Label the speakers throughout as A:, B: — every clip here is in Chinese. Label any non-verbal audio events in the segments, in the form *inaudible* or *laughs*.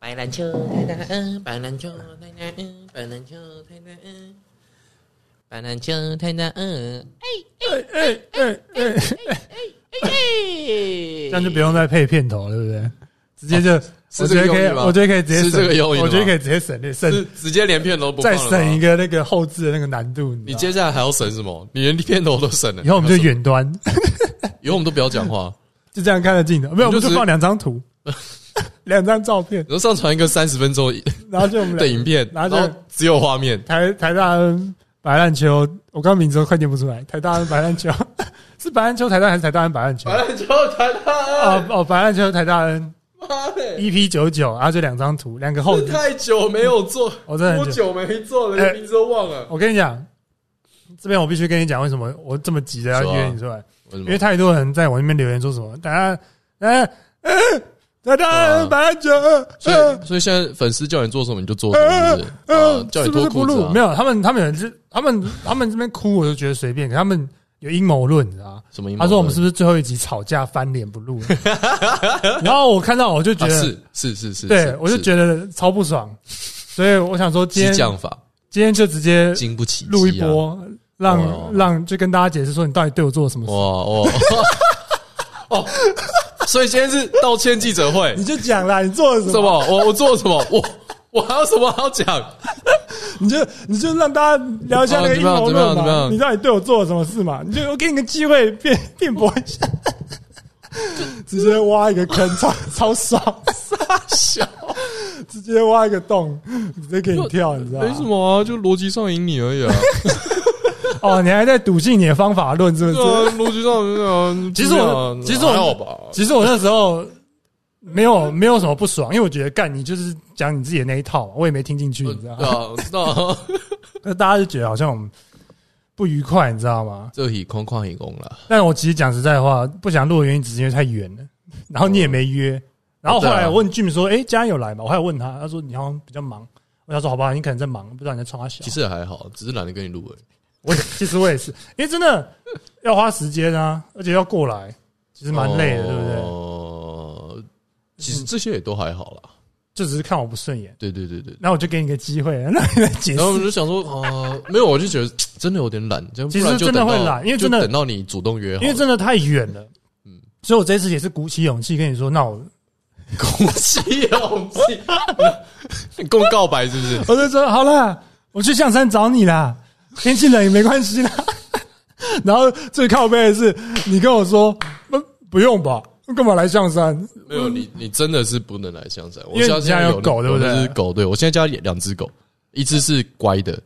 A: 白兰秋，太太嗯，白兰秋，太太嗯，白兰秋，太太嗯，白兰秋，太太嗯，哎哎哎哎哎哎哎哎哎，
B: 这样就不用再配片头，对不对？直接就，
C: 啊哦是
B: 我
C: 这
B: 觉
C: 个
B: 得可以
C: 用意，吗
B: 我觉得可以直接
C: 是
B: 省
C: 这个用意吗
B: 我觉得可以直接省略
C: 是
B: 省，
C: 直接连片头不放
B: 再
C: 了吗
B: 省一个那个后置的那个难度。
C: 你
B: 你知道吗
C: 接下来还要省什么？你连片头都省了，
B: 以后我们就
C: 还有什
B: 远端，
C: 么，以后我们都不要
B: *laughs*
C: 讲话，
B: 就这样看着镜头，没有，我们就
C: 你就直接
B: 放两张
C: *laughs*
B: 图，两张照片，
C: 然后上传一个三十分钟
B: 然后就我们
C: 的
B: 俩
C: 影片，
B: 然后
C: 然
B: 就
C: 后只有画面，
B: 台台大恩白烂球，我刚名字都快念不出来，台大恩白烂球 *laughs* 是白烂球台大还是台大恩白烂球？
C: 完了哎之后传他，
B: 哦哦，白烂球台大恩
C: 妈的，
B: EP 九九，然后就两张图，两个后置。
C: 太久没有做，
B: 我真的很
C: 多久没做了，
B: 哎
C: 连名字都忘了。
B: 我跟你讲，这边我必须跟你讲，为什么我这么急着要约你出来，
C: 为什
B: 因
C: 么
B: 为太多人在我那边留言说什么，大家，呃，呃台大恩白烂球，
C: 所
B: 呃
C: 以，所以现在粉丝叫你做什么你就做什么，是不是？
B: 呃
C: 啊，叫
B: 是
C: 你
B: 不
C: 脱
B: 是不
C: 裤子
B: 录？
C: 啊
B: 没？有，他们他们有人是他们他们这边哭，我就觉得随便，可他们有阴谋论，你知道吗？
C: 什么阴谋论？
B: 他说我们是不是最后一集吵架翻脸不录了？
C: *laughs*
B: 然后我看到我就觉
C: 啊
B: 得，
C: 是是是是，
B: 对
C: 是
B: 我就是觉得超不爽，所以我想说今
C: 激
B: 天
C: 将法
B: 今天就直接
C: 经不起、啊，
B: 录一波，
C: 哦
B: 让让就跟大家解释说你到底对我做了什么
C: 哇
B: 事，
C: 哦 *laughs* 哦，所以今天是道歉记者会
B: 你，就讲啦，你做了什
C: 什
B: 么？
C: 么？我我做了什么？我我还有什么好讲？
B: 你就你就让大家聊一下那个
C: 哦
B: 阴
C: 怎么样
B: 谋
C: 怎么样
B: 论
C: 怎么
B: 嘛，
C: 样
B: 你到底对我做了什么事嘛？你就我给你个机会辩辩驳一下，直接挖一个坑，超超爽，
C: 笑，
B: 直接挖一个洞，直接给你跳，你知道吗？
C: *laughs* 没什么啊，就逻辑上赢你而已啊。
B: 哦，你还在笃信你的方法论是不
C: *laughs* 对
B: 是？
C: 啊，逻辑上赢啊。
B: 其实我，其实
C: 还好
B: 我
C: *laughs* 吧，。
B: 其实我那时候没有没有什么不爽，因为我觉得干你就是讲你自己的那一套，我也没听进去，
C: 我
B: 你知
C: 知
B: 道吗？
C: 道，我知道，
B: 那大家就觉得好像我们不愉快，你知道吗？
C: 这以空旷以公了。
B: 但我其实讲实在话，不想录的原因只是因为太远了， *laughs* 然后你也没约。然后后
C: 对
B: 来
C: 啊
B: 我问 Jim 说：“哎，家人有来吗？”我还有问他，他说：“你好像比较忙。”我想说：“好吧，你可能在忙，不知道你在冲他笑。”
C: 其实也还好，只是懒得跟你录而已。
B: 我也 *laughs* 其实我也是，因为真的要花时间啊，而且要过来，其实蛮
C: 哦
B: 累的，对不对？
C: 对？哦其实这些也都还好啦。
B: 就只是看我不顺眼，
C: 对对对对。
B: 然后我就给你个机会， *laughs* 让你来解释
C: 然。后我就想说，啊，没有，我就觉得真的有点懒，这样不
B: 其实
C: 然就
B: 真的
C: 等到
B: 会懒因为真的
C: 就等到你主动约好了，
B: 因为真的太远了，
C: 嗯
B: 所以我这次也是鼓起勇气跟你说，那我
C: 鼓起勇气，你跟我告白是不是？
B: *laughs* 我就说好啦，我去象山找你
C: *laughs*
B: 啦，天气冷也没关系啦。 *laughs* 然后最靠背的是，你跟我说不不用吧，干嘛来象山？
C: 没有你，你真的是不能来香山。我
B: 因为
C: 家
B: 你家
C: 在
B: 有
C: 那
B: 狗对不对
C: 有那只狗，对我现在家里两只狗，一只是乖的，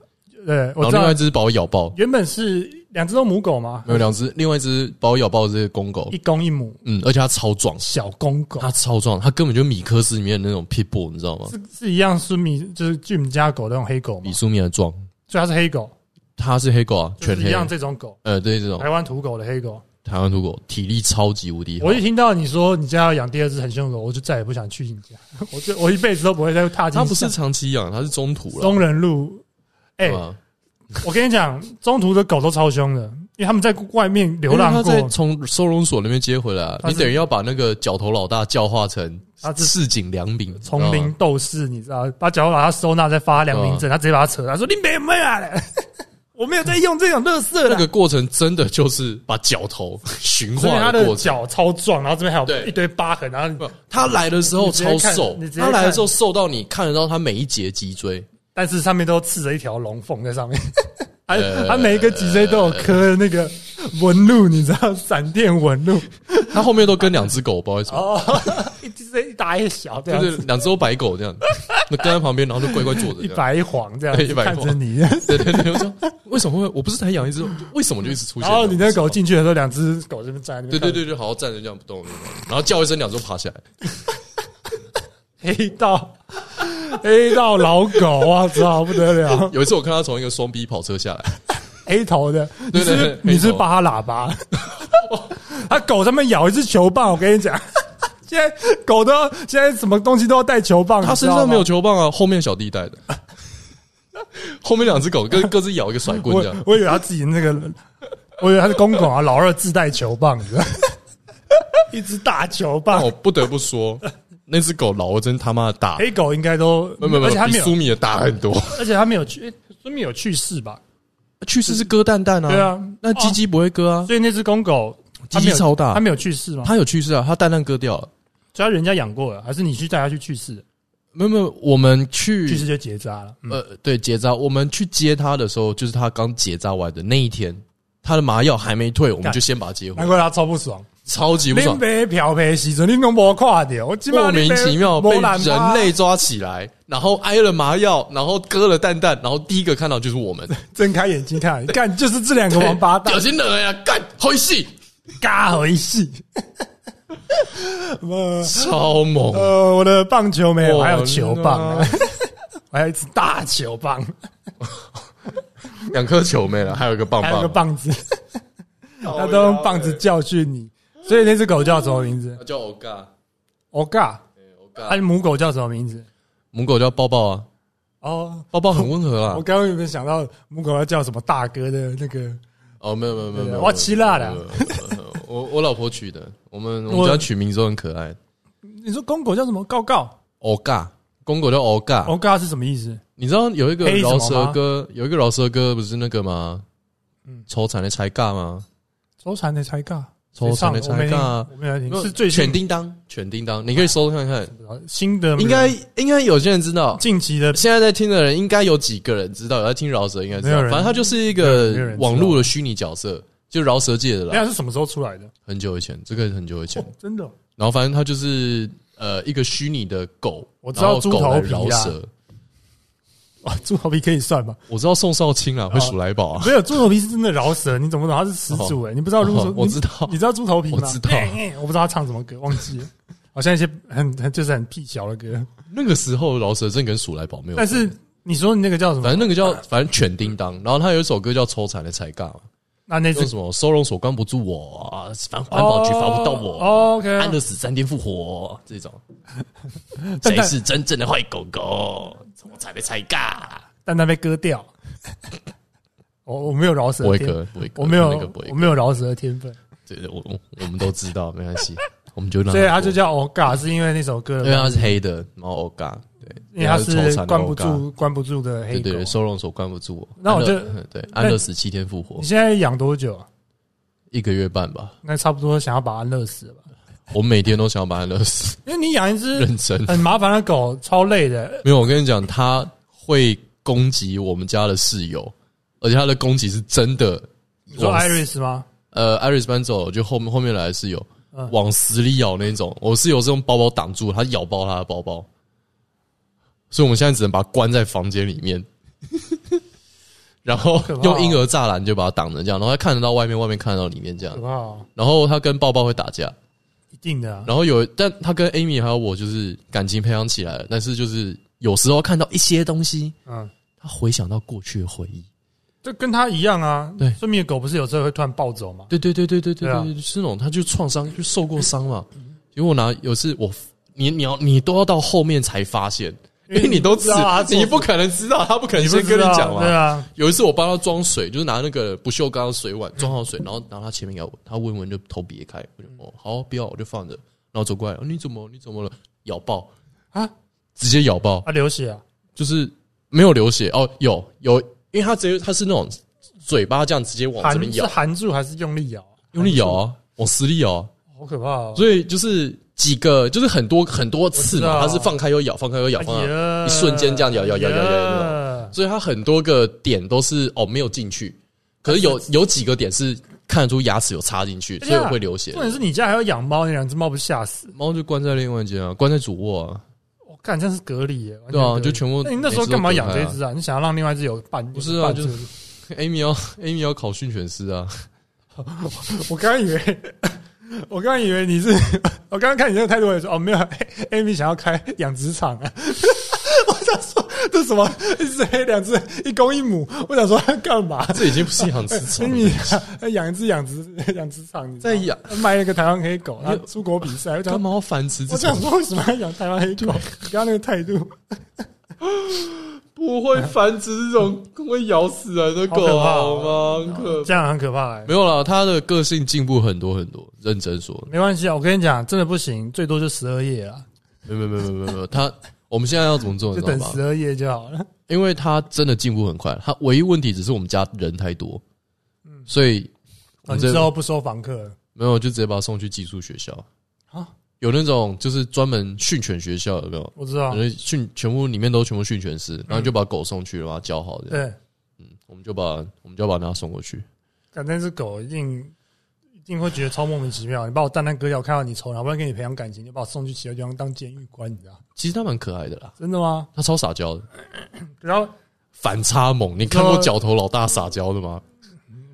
B: 对，
C: 然
B: 我
C: 后
B: 知
C: 另外
B: 道
C: 一只把我咬爆，
B: 原本是两只都母狗嘛
C: 没，有两只，另外一只把我咬爆的是公狗
B: 一，公一母，
C: 嗯，而且它超壮，
B: 小公狗
C: 它超壮，它根本就米克斯里面的那种 pitbull，你知道吗？
B: 是是一样，是米就是俊米家狗那种黑狗嘛
C: 比，苏米尔壮，
B: 所以它是黑狗，
C: 它是黑狗啊，
B: 就
C: 全
B: 是一
C: 黑，
B: 样这种狗，
C: 呃，对这种
B: 台湾土狗的黑狗。
C: 台湾土狗，体力超级无敌好
B: 我。一听到你说你家要养第二只很凶的狗，我就再也不想去你家， *laughs* 我就我一辈子都不会再踏进。
C: 它不是长期养，它是中途了，
B: 中人路，哎、
C: 对吧
B: 我跟你讲，中途的狗都超凶的，因为他们在外面流浪
C: 因为它在
B: 过，
C: 从收容所那边接回来啊，
B: 它
C: 你
B: 是
C: 等于要把那个角头老大教化成
B: 它是
C: 市井良民，
B: 丛
C: 你知道
B: 林
C: 吗
B: 斗士，你知道，把脚把它收纳，再发良
C: 哦
B: 民证，他直接把它扯，他说你没有啊 *laughs* 嘞，我没有在用这种乐色
C: 那
B: 的
C: 个。过程真的就是把角头驯
B: 所以
C: 化
B: 他
C: 的
B: 的
C: 过程。
B: 脚超壮，然后这边还有
C: 对
B: 一堆疤痕，然后
C: 不它来的时候
B: 你直接
C: 超
B: 看
C: 瘦
B: 你直，接
C: 它
B: 看
C: 来的时候瘦到你看得到它每一节脊椎，
B: 但是上面都刺着一条龙缝在上
C: *laughs*
B: 面，还
C: 呃
B: 还每一个脊椎都有刻那个纹路，你知道，闪电纹路
C: 它后面都跟两只狗，不好意思，
B: 哦， *laughs* 一只一大一小这
C: 就
B: 样
C: 是
B: 子，
C: 两只都白狗这样，那跟在旁边，然后就乖乖坐着
B: 一
C: 这样。
B: 白一黄这样子
C: *laughs* 对一白一
B: 看
C: 黄
B: 着你，
C: 对对对，我说为什么会？我不是才养一只，为什么就一直出现？
B: 然后你那狗进去的时候，两只狗这边站在那
C: 对
B: 边，
C: 对，对，就好好站着这样不动，然后叫一声，两只都爬下来。
B: 黑道黑道老狗啊，知道不得了，
C: 有一次我看他从一个双 B 跑车 *laughs* 下来，
B: 黑头的，你
C: 对对
B: 是不
C: 对
B: 是你是不
C: 黑头
B: 是扒他喇叭， *laughs* 他狗上面咬一只球棒，我跟你讲， *laughs* 现在狗都要现在什么东西都要带球棒，
C: 他
B: 你知
C: 身
B: 道吗
C: 上没有球棒啊，后面小弟带 *laughs* 的，后面两只狗各各自咬一个甩棍
B: 我
C: 这样。
B: 我以为他自己那个，我以为他是公狗啊，老二自带球棒，你知道 *laughs* 一只大球
C: 但
B: 棒
C: 我，不得不说，那只狗老的真他妈的大，
B: 黑狗应该都，
C: 没有没有，
B: 而且它
C: 比
B: 没
C: 苏
B: 有，
C: 米的大很多。
B: 而且它没有去，诶苏米有去世吧？
C: 去世是割蛋蛋啊，
B: 对啊，
C: 那鸡鸡不会割啊，
B: 所以那只公狗它
C: 鸡
B: 没
C: 鸡
B: 有
C: 超大
B: 它，没有去世吗？
C: 它有去世啊，它蛋蛋割掉了。
B: 所以它人家养过了，还是你去带它去去世？
C: 没有没有，我们
B: 去
C: 去
B: 世就结扎了。嗯
C: 嗯呃，对，结扎。我们去接他的时候，就是他刚结扎完的那一天，他的麻药还没退，我们就先把他接回
B: 难，怪它超不爽，
C: 超级不
B: 林
C: 爽，
B: 北漂白时阵，你都没看到，我
C: 莫名其妙被人类抓起来，然后挨了麻药，然后割了蛋蛋，然后第一个看到就是我们，
B: 睁开眼睛看，干就是这两个王八蛋
C: 表，情冷呀，啊干好戏，
B: 嘎回
C: *laughs*
B: 戏。呃
C: 超猛，
B: 呃，我的棒球没有，我还有球棒
C: 哇
B: 啊，我 *laughs* 还有一只大球棒，
C: 两颗球没了，还有一个棒
B: 还有个
C: 棒，哦
B: 棒子，它都用棒子教训你。所以那只狗叫什么名字？
C: 叫欧嘎，
B: 哦嘎，
C: 欧
B: 它
C: 嘎，
B: 啊母狗叫什么名字？
C: 母狗叫抱抱啊，
B: 哦，
C: 抱抱很温和啊
B: 我，刚刚有没有想到母狗要叫什么大哥的那个？
C: 哦，没有没有没有没有，
B: 我吃辣了
C: 没有。没有没有没有我我老婆取的，我们我
B: 我
C: 们家取名字都很可爱。
B: 你说公狗叫什么？告告？
C: 欧嘎，公狗叫欧嘎。
B: 哦嘎是什么意思？
C: 你知道有一个
B: 黑什么
C: 饶
B: 吗
C: 舌歌，有一个饶舌歌不是那个吗？
B: 嗯
C: 抽惨的才尬吗？
B: 周产的才尬，
C: 抽惨的
B: 谁唱
C: 才啊尬
B: 我，没有听，我没有听，是最
C: 犬
B: 近
C: 叮当，犬叮当，你可以搜看看，
B: 新的，
C: 应该啊应该有些人知道。
B: 近期的
C: 现在在听的人应该有几个人知道，有在听饶舌应该知
B: 没
C: 道
B: 有。人
C: 反正他就是一
B: 没有没有
C: 个
B: 人知道
C: 网络的虚拟角色，就饶舌界的
B: 那
C: 啦。
B: 是什么时候出来的？
C: 很久以前，这个很久以前
B: 哦，，真的，
C: 然后反正它就是呃一个虚拟的狗，
B: 我知道
C: 然后狗
B: 猪头
C: 来
B: 皮啊
C: 饶
B: 啦
C: 舌。
B: 哇，哦猪头皮可以算吗？
C: 我知道宋少卿啊会数来宝啊，
B: 没有，猪头哦皮是真的饶舌，你怎么懂？他是始祖哎，你不知道如
C: 哦
B: 果
C: 我知道
B: 你知道猪头皮吗？
C: 我知道
B: 哎哎我不知道他唱什么歌，忘
C: *laughs*
B: 记了，好像一些很很就是很屁小的歌，
C: 那个时候饶舌真跟数来宝没有
B: 但
C: 关，
B: 是你说你那个叫什么？
C: 反正那个叫反正犬叮当，然后他有一首歌叫《抽惨的才尬》嘛，
B: 那那
C: 说
B: 只
C: 什么收容所关不住我，啊反环保局罚不到我，啊
B: 哦
C: 安
B: ，OK，
C: 乐死三天复活这 *laughs* 种，
B: 但
C: 谁是真正的坏狗狗？抽惨的才尬，
B: 蛋蛋被割掉， *laughs* 我我没有饶舌
C: 不
B: 的
C: 会
B: 天，
C: 割，不会割，
B: 我没
C: 那个
B: 有
C: 不会
B: 我
C: 割，嗯
B: 没有饶舌的天分。
C: 对对，我我我们都知道，没关
B: *laughs*
C: 系，我们就让
B: 所以他
C: 过
B: 就叫 o g 是因为那首歌的
C: 因为它
B: 关系，
C: 是黑的，然后欧嘎，啊对，啊
B: 因为他
C: 然后抽
B: 是
C: 残
B: 关不，
C: 欧嘎
B: 住关不住的黑
C: 对
B: 狗
C: 对，。对收容所关不住我。
B: 那我就
C: 安乐对安乐死七天复活
B: 你，现在养多久啊？
C: 一个月半吧。
B: 那差不多想要把它热死了吧？
C: 我每天都想要把它勒死，
B: 因为你养一只
C: 认
B: *laughs*
C: 真。
B: 很麻烦的狗，超累的。
C: 没有，我跟你讲，它会攻击我们家的室友，而且它的攻击是真的。
B: 你说
C: 往
B: Iris 吗？
C: 呃，Iris 搬走了，就后面后面来的室友
B: 嗯
C: 往死里咬那种。我室友是用包包挡住，它咬爆它的包包，所以我们现在只能把它关在房间里面， *laughs* 然后
B: 可怕哦
C: 用婴儿栅栏就把它挡着，这样，然后它看得到外面，外面看得到里面这样
B: 可。怕、哦，
C: 然后它跟包包会打架，
B: 一定的、啊。
C: 然后有，但他跟 Amy 还有我就是感情培养起来了，但是就是有时候看到一些东西，
B: 嗯，
C: 他回想到过去的回忆。
B: 就跟它一样啊。
C: 对
B: 顺便狗不是有时候会突然暴走吗？
C: 对对对对对对
B: 对啊
C: 对，就是那种他就创伤，就受过伤嘛。结果拿有次我，你你要你都要到后面才发现，因为你都
B: 知
C: 知
B: 道啊
C: 道，
B: 做
C: 你不可能知道，他不可能
B: 不
C: 先跟你
B: 知道
C: 讲嘛。
B: 对啊，
C: 有一次我帮他装水，就是拿那个不锈钢的水碗装好水，然后拿他前面给他闻，他闻闻就头别开，我就
B: 嗯
C: 哦好不要，我就放着，然后走过来，哦你怎么你怎么了？咬爆
B: 啊，
C: 直接咬爆，
B: 它流血啊。
C: 就是没有流血哦，有有，因为他直接他是那种嘴巴这样直接往这
B: 含
C: 边
B: 是
C: 咬，
B: 含住还是用力咬啊？
C: 用力咬啊，往死里咬啊，
B: 好可怕哦！
C: 所以就是几个就是很多很多次
B: 我知
C: 嘛，
B: 道
C: 他是放开又咬，放开又咬，放开又咬，
B: 哎呀哎
C: 一瞬间这样咬咬咬咬咬咬咬
B: 呀
C: 所以他很多个点都是哦没有进去，可是有有几个点是看得出牙齿有插进去，
B: 哎
C: 所
B: 呀
C: 以会流血
B: 重。点是你家还要养猫，那两只猫不是吓死？
C: 猫就关在另外一间啊，关在主卧啊，
B: 我看这样是隔离耶，完全
C: 对啊，
B: 隔离
C: 就全部。
B: 那你那时候干嘛养这
C: 每次
B: 只啊？你想要让另外一只有伴？
C: 不是啊
B: 有伴
C: 就
B: 侣
C: 都割开啊？Amy *laughs* 要 Amy 要考训犬师 *laughs* 啊，
B: *laughs* 我刚刚以为， *laughs* 我刚刚以为你是， *laughs* 我刚刚看你这个态度，我也说哦，没有，Amy *laughs* 想要开养殖场啊。 *laughs* 我想说这是什么一只黑两只一公一母，我想说他干嘛？
C: 这已经不是养殖场了。
B: 你 *laughs* 养一只养殖养殖场，你知道
C: 在
B: 吗
C: 养
B: 卖那个台湾黑狗，然后出国比赛，我想
C: 干嘛要繁殖
B: *laughs*
C: 这
B: 我想
C: 种？
B: 说，为什么要养台湾黑狗？你刚刚那个态度，
C: 不会繁殖
B: *laughs*
C: 这种会咬死人的
B: 好可怕哦
C: 吗？可
B: 这样很可怕、欸。
C: 没有啦，他的个性进步很多很多，认真说，
B: 没关系啊，我跟你讲，真的不行，最多就十二页啊。
C: 没有没有没有没有没有没有，他我们现在要怎么做，
B: 就
C: 你知道
B: 等
C: 吗
B: 十？二页就好了。
C: 因为他真的进步很快，他唯一问题只是我们家人太多，所以我
B: 哦
C: 们
B: 你
C: 这
B: 之后不收房客了
C: 没有就直接把他送去寄宿学校
B: 啊？
C: 有那种就是专门训犬学校，有没有？
B: 我知道
C: 可，能训全部里面都全部训犬师，然后就把狗送去，把它教好的。
B: 对，
C: 我们就把我们就把它送过去。
B: 但那只狗一定一定会觉得超莫名其妙。你把我蛋蛋割掉，看到你丑，然后不然跟你培养感情，就把我送去其他地方当监狱官，你知道？
C: 其实它蛮可爱的啦，
B: 真的吗？
C: 它超撒娇的，
B: 然后
C: 反差萌。你看过角头老大撒娇的吗？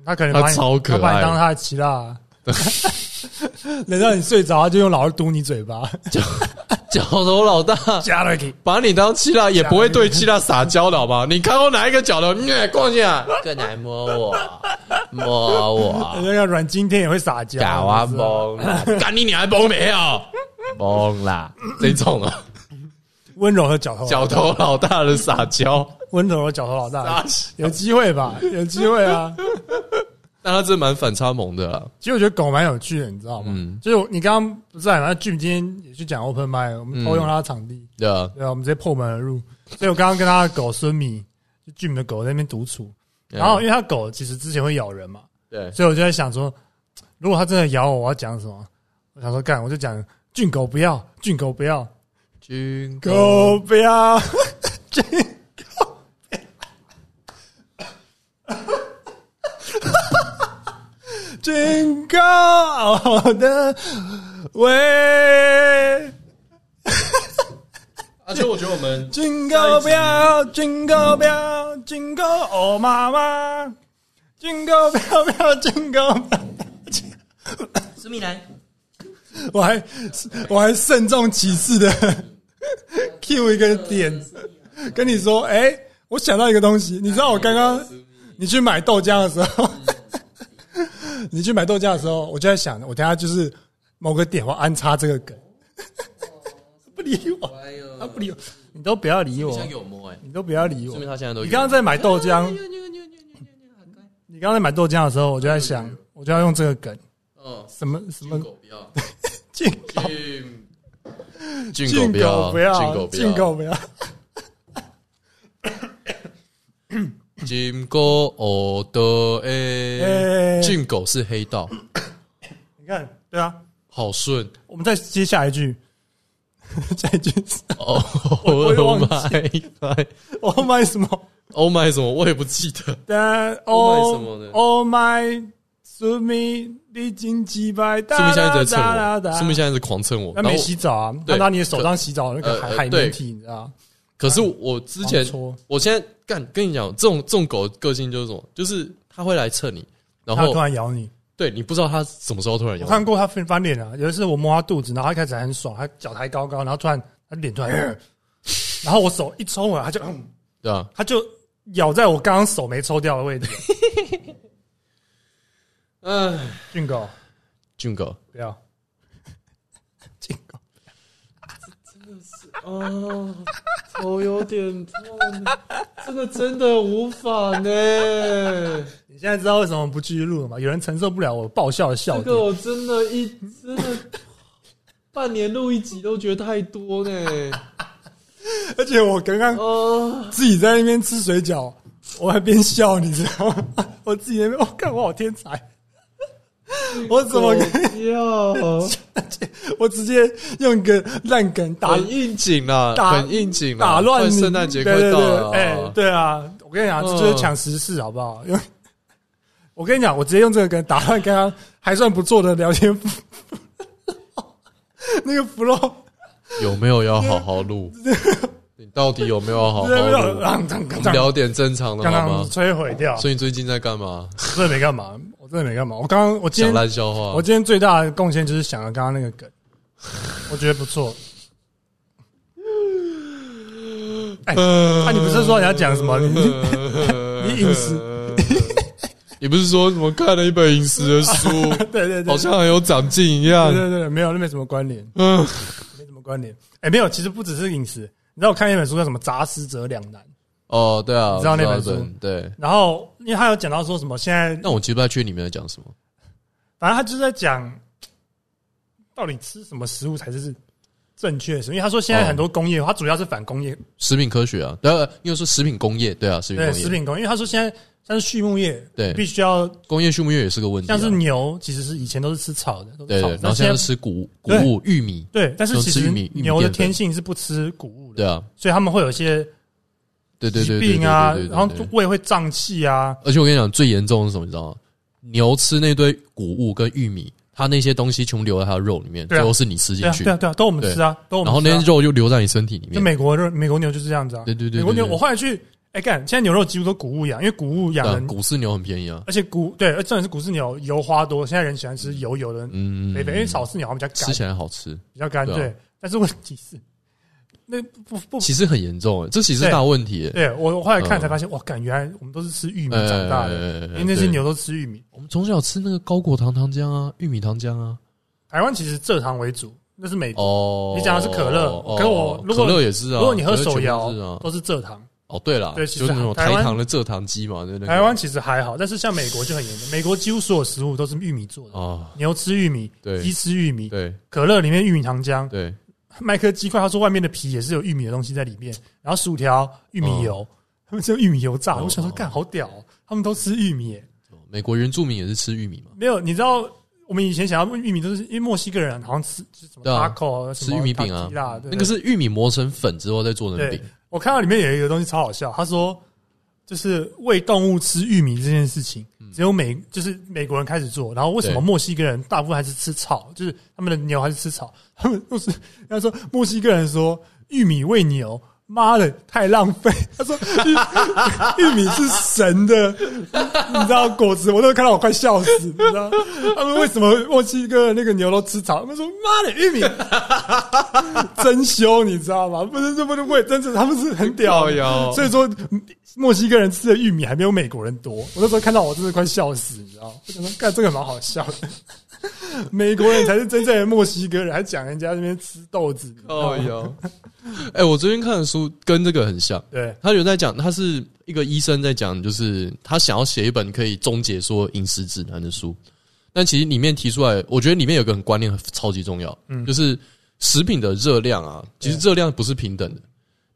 B: 他可能
C: 它
B: 把你
C: 超可
B: 他把
C: 爱
B: 你当他的骑拉啊， *laughs* 等到你睡着，他就用老是堵你嘴巴，
C: 角头老大
B: *laughs* 加 *laughs* 了给
C: 把你当七辣，也不会对七辣撒娇的
A: *laughs*
C: 好吧？你看过哪一个角头？你也逛下，
A: 更来摸我，摸我，
B: 那个阮经天也会撒娇，
A: 搞啊
B: 你知道吗
A: 懵啦，
C: 干你你还崩没有？
A: 懵啦，
C: 啊这种啊，
B: 温柔的角头，啊
C: 角头老大的撒娇，
B: 温柔的角头老大
C: 撒，
B: 有机会吧？
C: *laughs*
B: 有机会啊！
C: 但他真的蛮反差萌的啊啦。
B: 其实我觉得狗蛮有趣的，你知道吗？
C: 嗯
B: 就是你刚刚不在嘛，那 Jim 今天也去讲 Open m i 我们
C: 嗯
B: 偷用他的场地，
C: 对啊，
B: 对啊，我们直接破门而入。所以我刚刚跟他的狗孙米，就 Jim 的狗在那边独处，然后因为他狗其实之前会咬人嘛，
C: 对，
B: 所以我就在想说，如果它真的咬我，我要讲什么？我想说干，我就讲俊狗不要，俊狗不要，
C: 军
B: 狗 *laughs* 不要，俊狗，俊狗的喂，
C: 而啊且我觉得我们
B: 俊狗不要，俊狗不要，俊狗哦妈妈，俊狗不要不要，俊狗不要。
A: 苏米兰，
B: 我还我还慎重其事的 *laughs* Q 一个点，跟你说，哎、我想到一个东西，你知道我刚刚你去买豆浆的时候， *laughs* 你去买豆浆的时候，我就在想，我等下就是某个点我安插这个梗， *laughs* 不理我，
A: 哎
B: 他
A: 呦，
B: 不理我，你都不要理我，
C: 像给我摸哎，
B: 你都不要理我
C: 说。明他现在都
B: 你刚刚在买豆浆，
A: 很乖，
B: 你刚刚在买豆浆的时候，我就在想，我就要用这个梗，
C: 嗯，
B: 什么什
C: 军
B: 么
C: 狗不要，
B: 进
C: 军
B: 进狗不要，
C: 军
B: 进
C: 狗
B: 狗不要。
C: 金狗哦的诶，
B: 哎
C: 进狗是黑道，
B: *laughs* 你看，对啊，*laughs*
C: 好顺
B: 我们再接下一句， *laughs* 下一句是
C: 哦。
B: 我也
C: Oh
B: 忘记
C: my
B: Oh my 什么
C: God，Oh my 哦什么我也不记
B: *laughs*
C: 得。
B: 但
C: Oh my
B: Oh
C: 什么的
B: Oh my 苏米历经几百，
C: 苏明现在一直在蹭我，苏
B: 苏
C: 明现在一直狂蹭我。
B: 他
C: 然后
B: 没
C: 我
B: 洗澡啊，
C: 对
B: 他拿你的手上洗澡那个
C: 呃
B: 海
C: 呃
B: 海
C: 对
B: 绵体，你知道吗？
C: 可是我之前
B: 狂搓，
C: 我现在干跟你讲，这种这种狗的个性就是什么，就是它会来蹭你，然
B: 他
C: 后
B: 突然咬你，
C: 对你不知道它什么时候突然
B: 我
C: 咬
B: 看
C: 你。
B: 过他翻翻脸啊，有一次我摸他肚子，然后他一开始还很爽，他脚抬高高，然后突然他脸突然，呃然后我手一抽啊，他就嗯
C: 对啊，
B: 他就咬在我刚刚手没抽掉的位置。
C: *laughs* 唉，
B: 俊狗，
C: 俊狗，
B: 不要，俊狗。
C: 哦，头有点痛，真的真的无法
B: *laughs*
C: 呢。
B: 你现在知道为什么不继续录了吗？有人承受不了我爆笑的笑点，
C: 我真的一真的半年录一集都觉得太多
B: *laughs*
C: 呢。
B: 而且我刚刚
C: 哦，
B: 自己在那边吃水饺，我还边笑，你知道吗？ *laughs* 我自己在那边，我、看我好天才，我怎么跟
C: 要？
B: 我直接用一个烂梗打
C: 很应景啦，
B: 打
C: 很应景啦，
B: 打乱
C: 快
B: 你
C: 圣诞节快到了，
B: 对对
C: 嗯
B: 对哎、
C: 哦
B: 对啊，我跟你讲，这就是抢时事，好不好？因为我跟你讲，我直接用这个梗打乱刚刚还算不错的聊天 *laughs* 那个 flow。
C: 有没有要好好录？你到底有没有要哦好好录？
B: 让
C: 聊点正常的
B: 刚
C: 好
B: 刚
C: 吗？
B: 摧毁掉，
C: 所以你最近在干嘛？
B: 我真的没干嘛，我真的没干嘛。我刚刚我今天
C: 讲烂笑话
B: 我。今天最大的贡献就是想了刚刚那个梗，我觉得不错。哎，啊，你不是说你要讲什么？你你饮食，
C: 你不是说什么看了一本饮食的书，
B: *laughs* 对对对
C: 好，像很有长进一样
B: 对？对对，没有，那没什么关联，
C: 啊嗯，
B: 没什么关联。哎，没有，其实不只是饮食。你知道我看一本书叫什么《杂食者两难》，
C: 哦，对啊，
B: 你知道那本
C: 我知道
B: 书
C: 对。
B: 然后因为他有讲到说什么现在
C: 那我记不太确定里面在讲什么。
B: 反正他就是在讲，到底吃什么食物才是正确是，因为他说现在很多工业，它主要是反工业，
C: 食品科学啊，呃，应该说食品工业，对啊，食品
B: 对
C: 工业，
B: 食品工业，因为他说现在像是畜牧业，
C: 对
B: 必须要
C: 工业畜牧业也是个问题啊、
B: 像是牛，其实是以前都是吃草的，都
C: 对
B: 是草
C: 对，
B: 的，
C: 然
B: 但
C: 后现在
B: 现
C: 是
B: 在
C: 吃谷谷
B: 对
C: 物玉米，
B: 对，但是
C: 都
B: 其
C: 吃玉
B: 实
C: 米玉米
B: 牛的
C: 淀粉
B: 天性是不吃谷物的，
C: 对啊，
B: 所以他们会有一些
C: 对对
B: 疾
C: 对对对
B: 病啊
C: 对对，对
B: 然后
C: 对对
B: 胃会胀气啊，
C: 而且我跟你讲，最严重的是什么？你知道吗？牛吃那堆谷物跟玉米，它那些东西全部留在它的肉里面，
B: 对啊
C: 最后是你吃
B: 对
C: 进
B: 啊
C: 去，
B: 对啊对啊，都我们吃啊，都我
C: 然后
B: 们
C: 那
B: 吃啊
C: 些。肉就留在你身体里
B: 就
C: 面。
B: 美国肉，美国牛就是这样子啊。
C: 对对对对
B: 美国牛，
C: 对
B: 我后来去，哎干，现在牛肉几乎都谷物养，因为谷物养
C: 啊
B: 人，
C: 谷饲牛很便宜啊，
B: 而且谷对，而重点是谷饲牛油花多，现在人喜欢吃油油的
C: 嗯，
B: 肥肥，因为草饲鸟它比较
C: 吃
B: 干，
C: 起来好吃，
B: 比较干
C: 对啊
B: 对。但是问题是，那不不
C: 其实很严重欸，这其实是
B: 对
C: 大问题欸。
B: 对我我后来看
C: 嗯呃
B: 才发现，哇，感原来我们都是吃玉米长大的，
C: 的
B: 因为那些，牛都吃玉米。
C: 我们从小吃那个高果糖糖浆啊，玉米糖浆啊。
B: 台湾其实蔗糖为主，那是美国。
C: 哦，
B: 你讲的是可乐
C: 哦
B: 可是我如果
C: 可乐也是啊，
B: 如果你喝手
C: 可乐
B: 摇
C: 全部是啊，
B: 都是蔗糖，
C: 哦对了，
B: 对其实
C: 就是那种
B: 台湾
C: 台糖的蔗糖机嘛，对不对？
B: 台湾其实还好，但是像美国就很严重，美国几乎所有食物都是玉米做的，
C: 啊，
B: 牛吃玉米，
C: 对
B: 鸡吃玉米，
C: 对
B: 可乐里面玉米糖浆，
C: 对，
B: 麦克鸡块，他说外面的皮也是有玉米的东西在里面，然后薯条、玉米油，他们吃玉米油炸，
C: 哦
B: 我想说
C: 哦
B: 干好屌、哦，他们都吃玉米耶，
C: 美国原住民也是吃玉米嘛，
B: 没有，你知道我们以前想要玉米都是因为墨西哥人好像吃吃什么
C: 对啊
B: taco 什
C: 吃
B: 么
C: 玉米饼啊
B: tortilla，对
C: 那个是玉米磨成粉之后再做成
B: 对
C: 饼，，
B: 我看到里面有一个东西超好笑，他说就是喂动物吃玉米这件事情，只有美就是美国人开始做，然后为什么
C: 对
B: 墨西哥人大部分还是吃草，就是他们的牛还是吃草，他们都是他说墨西哥人说玉米喂牛。妈的，太浪费！他说玉玉米是神的，你知道果子，我都看到我快笑死，你知道他们为什么墨西哥的那个牛都吃草？他们说妈的玉米 *laughs* 真羞，你知道吗？不是，这不是为，真是他们是很屌
C: 靠腰
B: 所以说嗯墨西哥人吃的玉米还没有美国人多。我那时候看到我真的快笑死，你知道吗？我想说，干这个蛮好笑的。 *laughs* 美国人才是真正的墨西哥人，还讲人家那边吃豆子。你知道吗
C: 哦哟，哎，我最近看的书跟这个很像。
B: 对
C: 他有在讲，他是一个医生在讲，就是他想要写一本可以终结说饮食指南的书，但其实里面提出来，我觉得里面有个很观念超级重要，
B: 嗯
C: 就是食品的热量啊，其实热量不是平等的。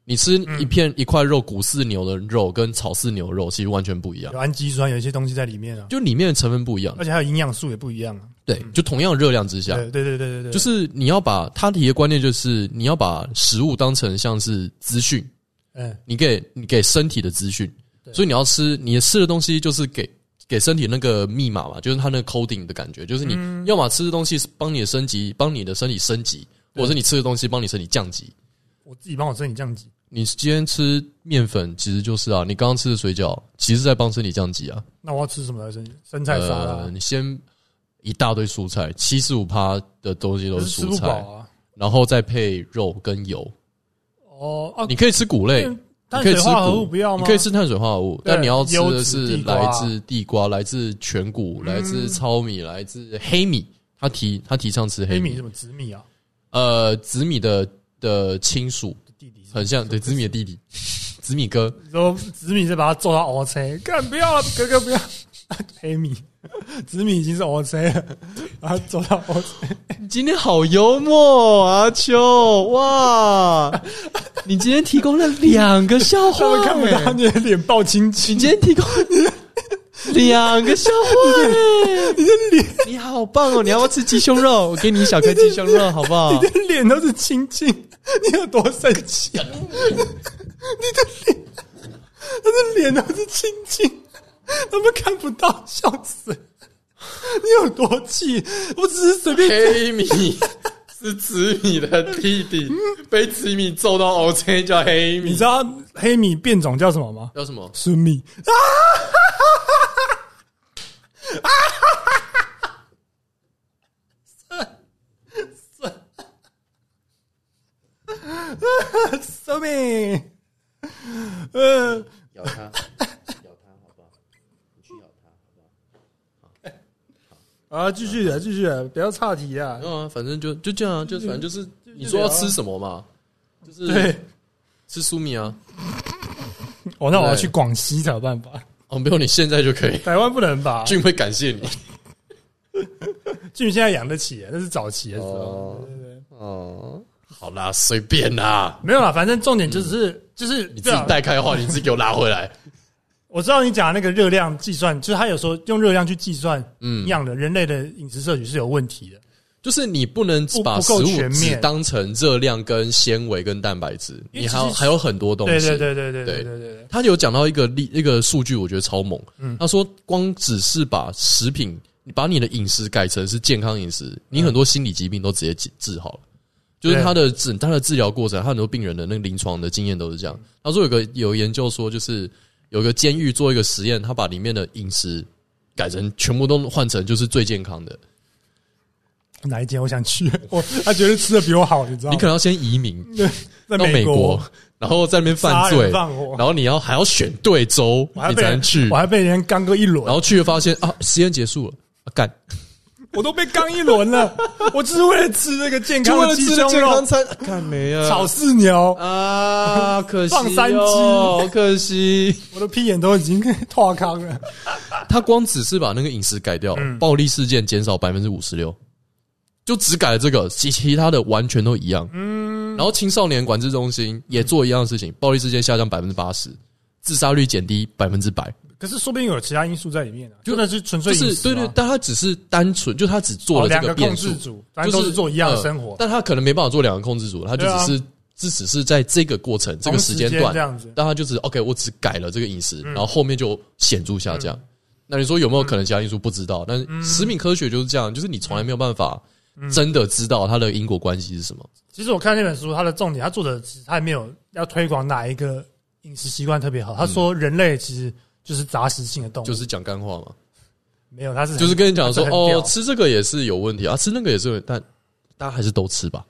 C: 你吃
B: 嗯
C: 一片一块肉，谷饲牛的肉跟草饲牛肉其实完全不一样
B: 有，氨基酸，有一些东西在里面啊，
C: 就里面的成分不一样
B: 而。且还有营养素也不一样啊。
C: 对，就同样的热量之下，
B: 对对对对对对，
C: 就是你要把他提的观念，就是你要把食物当成像是资讯，
B: 嗯，
C: 你给你给身体的资讯，
B: 对
C: 所以你要吃你吃的东西就是给给身体那个密码嘛，就是它那个 coding 的感觉，就是你
B: 嗯
C: 要么吃的东西是帮你的升级，帮你的身体升级，或者是你吃的东西帮你身体降级。
B: 我自己帮我身体降级。
C: 你今天吃面粉，其实就是啊，你刚刚吃的水饺，其实在帮身体降级啊。
B: 那我要吃什么来生生菜沙
C: 呃，
B: 拉？
C: 你先一大堆蔬菜，七十五趴的东西都
B: 可是
C: 是
B: 吃
C: 蔬
B: 不
C: 菜，
B: 饱啊。
C: 然后再配肉跟油。
B: 哦啊，
C: 你可以吃谷类，
B: 碳
C: 你可以
B: 水
C: 吃
B: 化合
C: 谷
B: 物不要吗？
C: 你可以吃碳水化合物，
B: 对
C: 但你要吃
B: 优
C: 的
B: 质
C: 是
B: 地瓜
C: 来自地瓜、来自全谷、
B: 嗯
C: 来自糙米、来自黑米。他提他提倡吃
B: 黑
C: 黑
B: 米
C: 米
B: 什，么紫米啊？
C: 呃，紫米的的亲属
B: 弟弟是
C: 很像，对，紫米的
B: *laughs*
C: 弟弟，紫米哥。
B: 然后紫米是把它做到 O C，干不要了，哥哥不要 *laughs* 黑米， *laughs* 紫米已经是 O C 了，然后做到 O C，
C: 今天好幽默，阿秋，哇！你今天提供了两个笑话哎
B: 他们看不到你的脸爆青青，
C: 欸天提供两个笑话、你的脸，你好棒哦！你要不要吃鸡胸肉？我给你一小颗鸡胸肉，好不好？
B: 你的脸都是青青，你有多生气啊？你的脸，他的脸都是青青，他们看不到，笑死！你有多气？我只是随便
C: 黑米是紫米的弟
B: *laughs*
C: 弟，被紫米揍到 O K 叫黑
B: 你知道黑米变种叫什么吗？
C: 叫什么？
B: 孙米啊！孙米，呃，
A: 咬它，咬它，好不好？你去咬它，好不好？
B: 啊，继续的，继续的，不要岔题啊
C: 没！有啊，反正就就这样啊，就反正就是你说要吃什么嘛，就是
B: 对，
C: 吃苏米啊。
B: 哦，那我要去广西才有办法，
C: 哦，没有，你现在就可以，
B: 台湾不能吧？
C: 俊会感谢你。
B: 啊俊宇现在养得起，那是早期的时候。
C: 哦，好啦，随便啦，
B: 没有啦，反正重点就只是就是
C: 嗯
B: 啊
C: 你自己带开的话，你自己给我拉回来。
B: 我知道你讲的那个热量计算，就是他有时候用热量去计算
C: 嗯
B: 一，样的人类的饮食摄取是有问题的。
C: 就是你不能
B: 不
C: 把
B: 不
C: 食
B: 够
C: 物
B: 全
C: 只
B: 面
C: 当成热量、跟纤维、跟蛋白质，
B: 因为
C: 你还
B: 其
C: 有
B: 实
C: 还有很多东
B: 对
C: 西。
B: 对对对对
C: 对
B: 对对对，
C: 他有讲到一个例一个数据，我觉得超猛。
B: 嗯
C: 他说光只是把食品，你把你的饮食改成是健康饮食，你
B: 嗯
C: 很多心理疾病都直接治治好了。就是
B: 对
C: 他的治他的治疗过程，他很多病人的那个临床的经验都是这样。
B: 嗯
C: 他说有个有研究说，就是有个监狱做一个实验，他把里面的饮食改成全部都换成就是最健康的。
B: 对哪一间我想去？我他绝对吃的比我好，你知道
C: 你
B: 吗
C: 可？能要先移民
B: *laughs* 在
C: 到美
B: 国
C: 国，然后在那边
B: 杀
C: 犯
B: 人
C: 罪，
B: 放火，
C: 然后你要还要选对州，
B: 我还
C: 你
B: 被
C: 才能
B: 人
C: 去
B: 我。还被人刚个一轮
C: 然，后去了发现啊，实验结束了，啊干、
B: 我都被刚一轮
C: *laughs*
B: 了。我只是为了吃这个健
C: 就
B: 康
C: 为
B: 的
C: 了
B: 鸡
C: 吃
B: 胸
C: 健康
B: 肉，
C: 餐，啊干没啊？
B: 炒四牛，
C: 啊，可惜、哦，
B: 放三只
C: 好可惜。
B: 我的屁眼都已经 *laughs* 脱康了。
C: 他光只是把那个饮食改掉，
B: 嗯
C: 哦暴力事件减少百分之五十六，就只改了这个，其其他的完全都一样。
B: 嗯，
C: 然后青少年管制中心也做一样的事情，暴力事件下降百分之八十，自杀率减低百分之百。
B: 可是说不定有其他因素在里面啊，
C: 就
B: 就那是纯粹
C: 就
B: 饮
C: 是
B: 食
C: 对
B: 嘛
C: 对，但他只是单纯，就他只做
B: 哦
C: 了这
B: 两
C: 个
B: 个
C: 变
B: 控
C: 数呃
B: 制，组，咱都是做一样的生活，
C: 但他可能没办法做两个控制组，他就
B: 对啊
C: 只是这只是在这个过程这个
B: 同
C: 时间
B: 这
C: 段，
B: 样嗯子。
C: 但他就只 OK，我只改了这个饮食，然后后面就显著下
B: 嗯
C: 降。那你说有没有可能其他因素？不知道，但是食品科学就是这样，就是你从来没有办法
B: 嗯
C: 真的知道它的因果关系是什么。
B: 其实我看那本书，它的重点，它作者其实他也没有要推广哪一个饮食习惯特别好，他说人类其实就是杂食性的动物，
C: 嗯就是讲干话嘛，
B: 没有，他是
C: 就是跟你讲说
B: 它哦 *laughs* 是很屌
C: 哦，吃这个也是有问题啊，吃那个也是有，但大家还是都吃吧。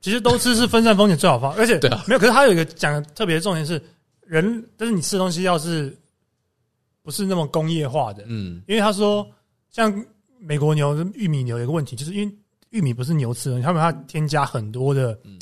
B: 其实都吃是分散风险最好方，而且
C: 对啊
B: 没有。可是他有一个讲的特别的重点是，人，但是你吃的东西要是不是那么工业化的，
C: 嗯，
B: 因为他说像美国牛、玉米牛有一个问题，就是因为玉米不是牛吃的，他们它添加很多的
C: 嗯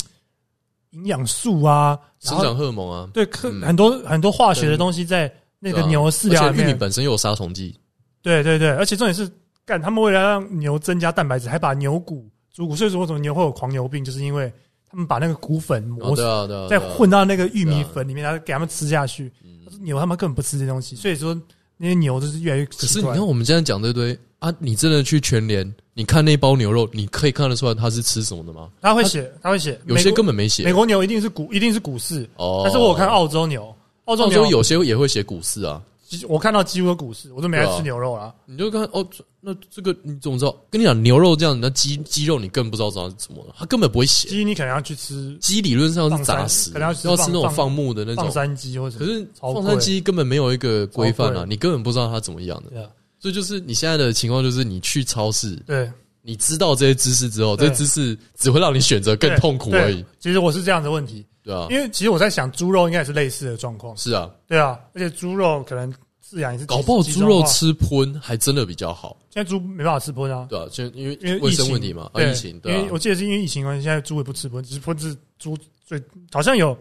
B: 营养素啊，然
C: 生
B: 后
C: 长荷尔蒙啊，
B: 对，可
C: 嗯
B: 很多很多化学的东西在那个
C: 对啊
B: 牛的饲料
C: 而
B: 里
C: 且玉米
B: 面，
C: 本身又有杀虫剂，
B: 对对对，而且重点是，干他们为了让牛增加蛋白质，还把牛骨、猪骨，所以说为什么牛会有狂牛病，就是因为他们把那个骨粉
C: 哦
B: 磨
C: 对啊对啊，啊
B: 再
C: 对啊
B: 混到那个玉米粉里面，然后给他们吃下去。
C: 嗯
B: 牛他们根本不吃这东西，所以说那些牛就是越来越
C: 可是
B: 奇
C: 你
B: 怪
C: 看，。我们现在讲这堆啊，你真的去全联，你看那包牛肉，你可以看得出来它是吃什么的吗？
B: 他会写，他会写，
C: 有些
B: 美国
C: 根本没
B: 美
C: 写
B: 国牛一定是股，一定是股市，
C: 哦。
B: 但是我有看澳洲牛，澳洲
C: 澳
B: 牛
C: 洲，有些也会写股市啊，
B: 我看到几乎有股市，我都没
C: 对
B: 来
C: 啊
B: 吃牛肉啦。
C: 你就看哦，那这个你怎么知道？跟你讲牛肉这样，那鸡鸡肉你更不知道它是怎么了，它根本不会写。
B: 鸡你可能要去吃
C: 鸡理论上是杂食，
B: 放山可能要吃
C: 要吃那种
B: 放
C: 放牧的那
B: 放
C: 种，
B: 山鸡或者
C: 可是
B: 超贵
C: 放山鸡根本没有一个规范
B: 超
C: 啊，
B: 贵
C: 你根本不知道它怎么样的。
B: 对啊
C: 所以就是你现在的情况就是，你去超市，
B: 对
C: 你知道这些知识之后，这
B: 对
C: 些知识只会让你选择更
B: 对
C: 痛苦而已
B: 对，其实我是这样的问题，
C: 对啊，
B: 因为其实我在想猪肉应该也是类似的状况，
C: 是啊，
B: 对啊，而且猪肉可能饲养也是
C: 搞不好
B: 集
C: 猪肉，
B: 集中化
C: 吃荤还真的比较好，
B: 现在猪没办法吃荤啊，
C: 对啊，就因
B: 因
C: 为
B: 为
C: 卫
B: 疫
C: 生
B: 情
C: 问题嘛，啊，
B: 对，
C: 疫情，
B: 因
C: 对
B: 为
C: 啊
B: 我，记得是因为疫情关系，现在猪也不吃荤，只是荤是猪最好像有，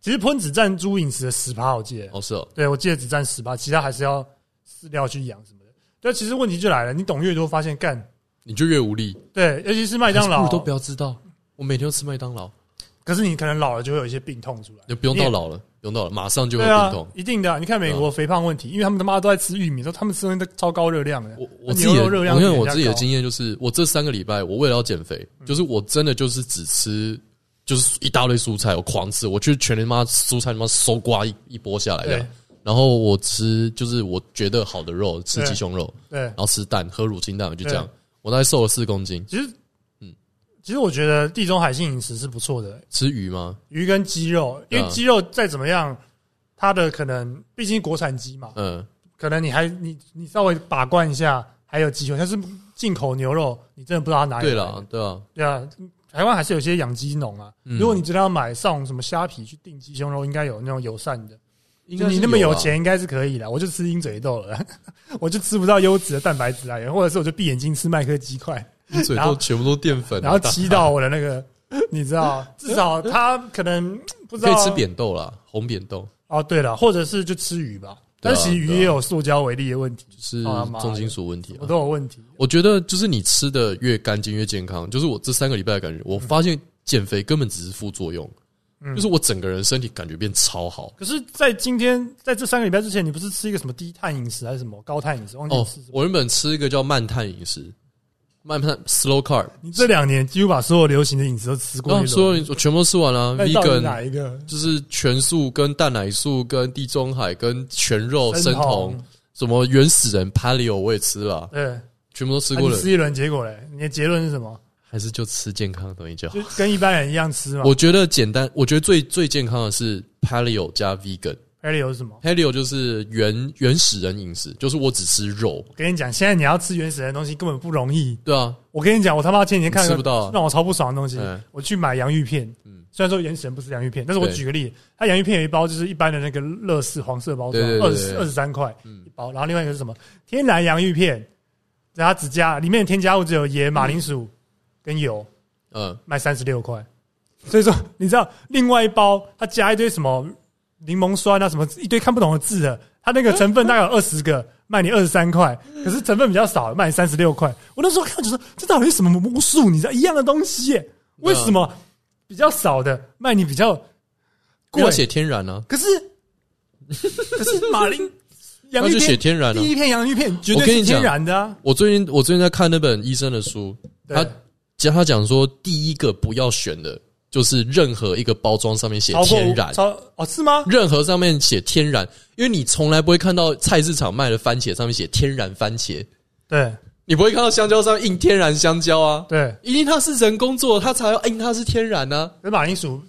B: 其实荤只占猪饮食的十趴，我记得，
C: 哦是哦，
B: 对我记得只占十趴，其他还是要饲料去养什么的。但其实问题就来了，你懂越多，发现干
C: 你就越无力，
B: 对，尤其是麦当
C: 还
B: 劳
C: 是不如，都不要知道，我每天都吃麦当劳，
B: 可是你可能老了就会有一些病痛出来，
C: 就不用到老了，不用到老，马上就会有病
B: 对
C: 痛
B: 啊。，一定的啊、你看美国肥胖问题，因为他们他妈都在吃玉米，说他们吃的超高热量的。
C: 我我自己的，
B: 牛肉热量
C: 我
B: 比
C: 看
B: 人家
C: 我自己的
B: 高嗯
C: 经验就是，我这三个礼拜，我为了要减肥，就是我真的就是只吃。就是一大堆蔬菜，我狂吃，我去全他妈蔬菜他妈搜刮一一波下来
B: 对
C: 的，然后我吃就是我觉得好的肉，吃
B: 对
C: 鸡胸肉，
B: 对
C: 然，后吃蛋，喝乳清蛋，就这样
B: 对。
C: 我大概瘦了四公斤，
B: 其实，
C: 嗯
B: 嗯，其实我觉得地中海性饮食是不错的，
C: 吃鱼吗？
B: 鱼跟鸡肉，因
C: 对
B: 为
C: 啊
B: 鸡肉再怎么样，它的可能毕竟国产鸡嘛，
C: 嗯，
B: 可能你还你你稍微把关一下，还有机会。但是进口牛肉，你真的不知道它哪里
C: 对
B: 来的
C: 啦，对啊，
B: 对啊，台湾还是有些养鸡农啊。
C: 嗯
B: 如果你真的要买上什么虾皮去订鸡胸肉，应该有那种友善的。
C: 应
B: 就
C: 该
B: 你
C: 是啊
B: 那么有
C: 啦，
B: 钱，应该是可以的。我就吃鹰嘴豆了， *laughs* 我就吃不到优质的蛋白质来源，或者是我就闭眼睛吃麦克鸡块，
C: *laughs* 一嘴
B: 然
C: 都
B: 后
C: 全部都淀粉啊，
B: 然后
C: 大
B: 祈祷我的那个，你知道，至少他可能不知
C: 可
B: 道
C: 以吃扁豆啦，红扁豆
B: 哦，对了，或者是就吃鱼吧。
C: 对啊
B: 但其实鱼
C: 对啊
B: 也有塑胶微粒的问题，
C: 就是
B: 啊妈呀
C: 重金属问题
B: 我
C: 啊。
B: 都有问题。
C: 我觉得就是你吃的越干净越健康，就是我这三个礼拜的感觉，我发现减肥根本只是副作用，
B: 嗯
C: 就是我整个人身体感觉变超好。
B: 可是，在今天，在这三个礼拜之前，你不是吃一个什么低碳饮食还是什么高碳饮食？忘记
C: 哦
B: 吃什，么。
C: 我原本吃一个叫慢碳饮食，慢碳 slow carb，
B: 你这两年几乎把所有流行的饮食都吃过
C: 然
B: 一
C: 后
B: 轮，
C: 所有我全部都吃完了
B: 那你到底
C: ，vegan
B: 哪一个？
C: 就是全素、跟蛋奶素、跟地中海、跟全肉、哦生
B: 酮
C: 酮，，什么原始人 paleo 我也吃了，
B: 对，
C: 全部都吃
B: 那
C: 过
B: 你
C: 了，
B: 吃一轮，结果嘞，你的结论是什么？
C: 还是就吃健康的东西就好
B: 就。跟一般人一样吃嘛。
C: 我觉得简单，我觉得最最健康的是 paleo 加 vegan。
B: Paleo 有什么？
C: paleo 就是原原始人饮食，就是我只吃肉。
B: 我跟你讲，现在你要吃原始人的东西根本不容易。
C: 对啊，
B: 我跟你讲，我他妈前几天看了
C: 吃不到啊
B: 让我超不爽的东西
C: 嗯，
B: 我去买洋芋片。
C: 嗯
B: 虽然说原始人不吃洋芋片，但是我
C: 对
B: 举个例，它洋芋片有一包就是一般的那个乐事黄色包装
C: 对对，对
B: 二
C: 对
B: 十
C: 对
B: 二十三块
C: 嗯
B: 一包，然后另外一个是什么？天然洋芋片，然后它只加里面的添加物只有盐、马铃薯跟油，
C: 嗯，
B: 卖三十六块。所以说，你知道另外一包它加一堆什么柠檬酸啊，什么一堆看不懂的字的，它那个成分大概有二十个，卖你二十三块，可是成分比较少，卖你三十六块。我那时候看就说，这到底是什么魔术？你知道一样的东西耶，为什
C: 嗯
B: 么比较少的卖你比较贵
C: 要？写天然啊，
B: 可是可是马
C: *laughs*
B: 林洋
C: 那
B: 芋
C: 就写
B: 片
C: 天然啊
B: 第。一片洋芋片绝
C: 我跟
B: 对
C: 你
B: 是天
C: 讲
B: 然的啊，
C: 我最近我最近在看那本医生的书，
B: 对
C: 他讲他讲说，第一个不要选的就是任何一个包装上面写
B: 超过
C: 天然，
B: 超哦是吗？
C: 任何上面写天然，因为你从来不会看到菜市场卖的番茄上面写天然番茄，
B: 对
C: 你不会看到香蕉上面印天然香蕉啊，
B: 对，
C: 一定它是人工做，它才要印它是天然啊呢、
B: 可是马铃薯、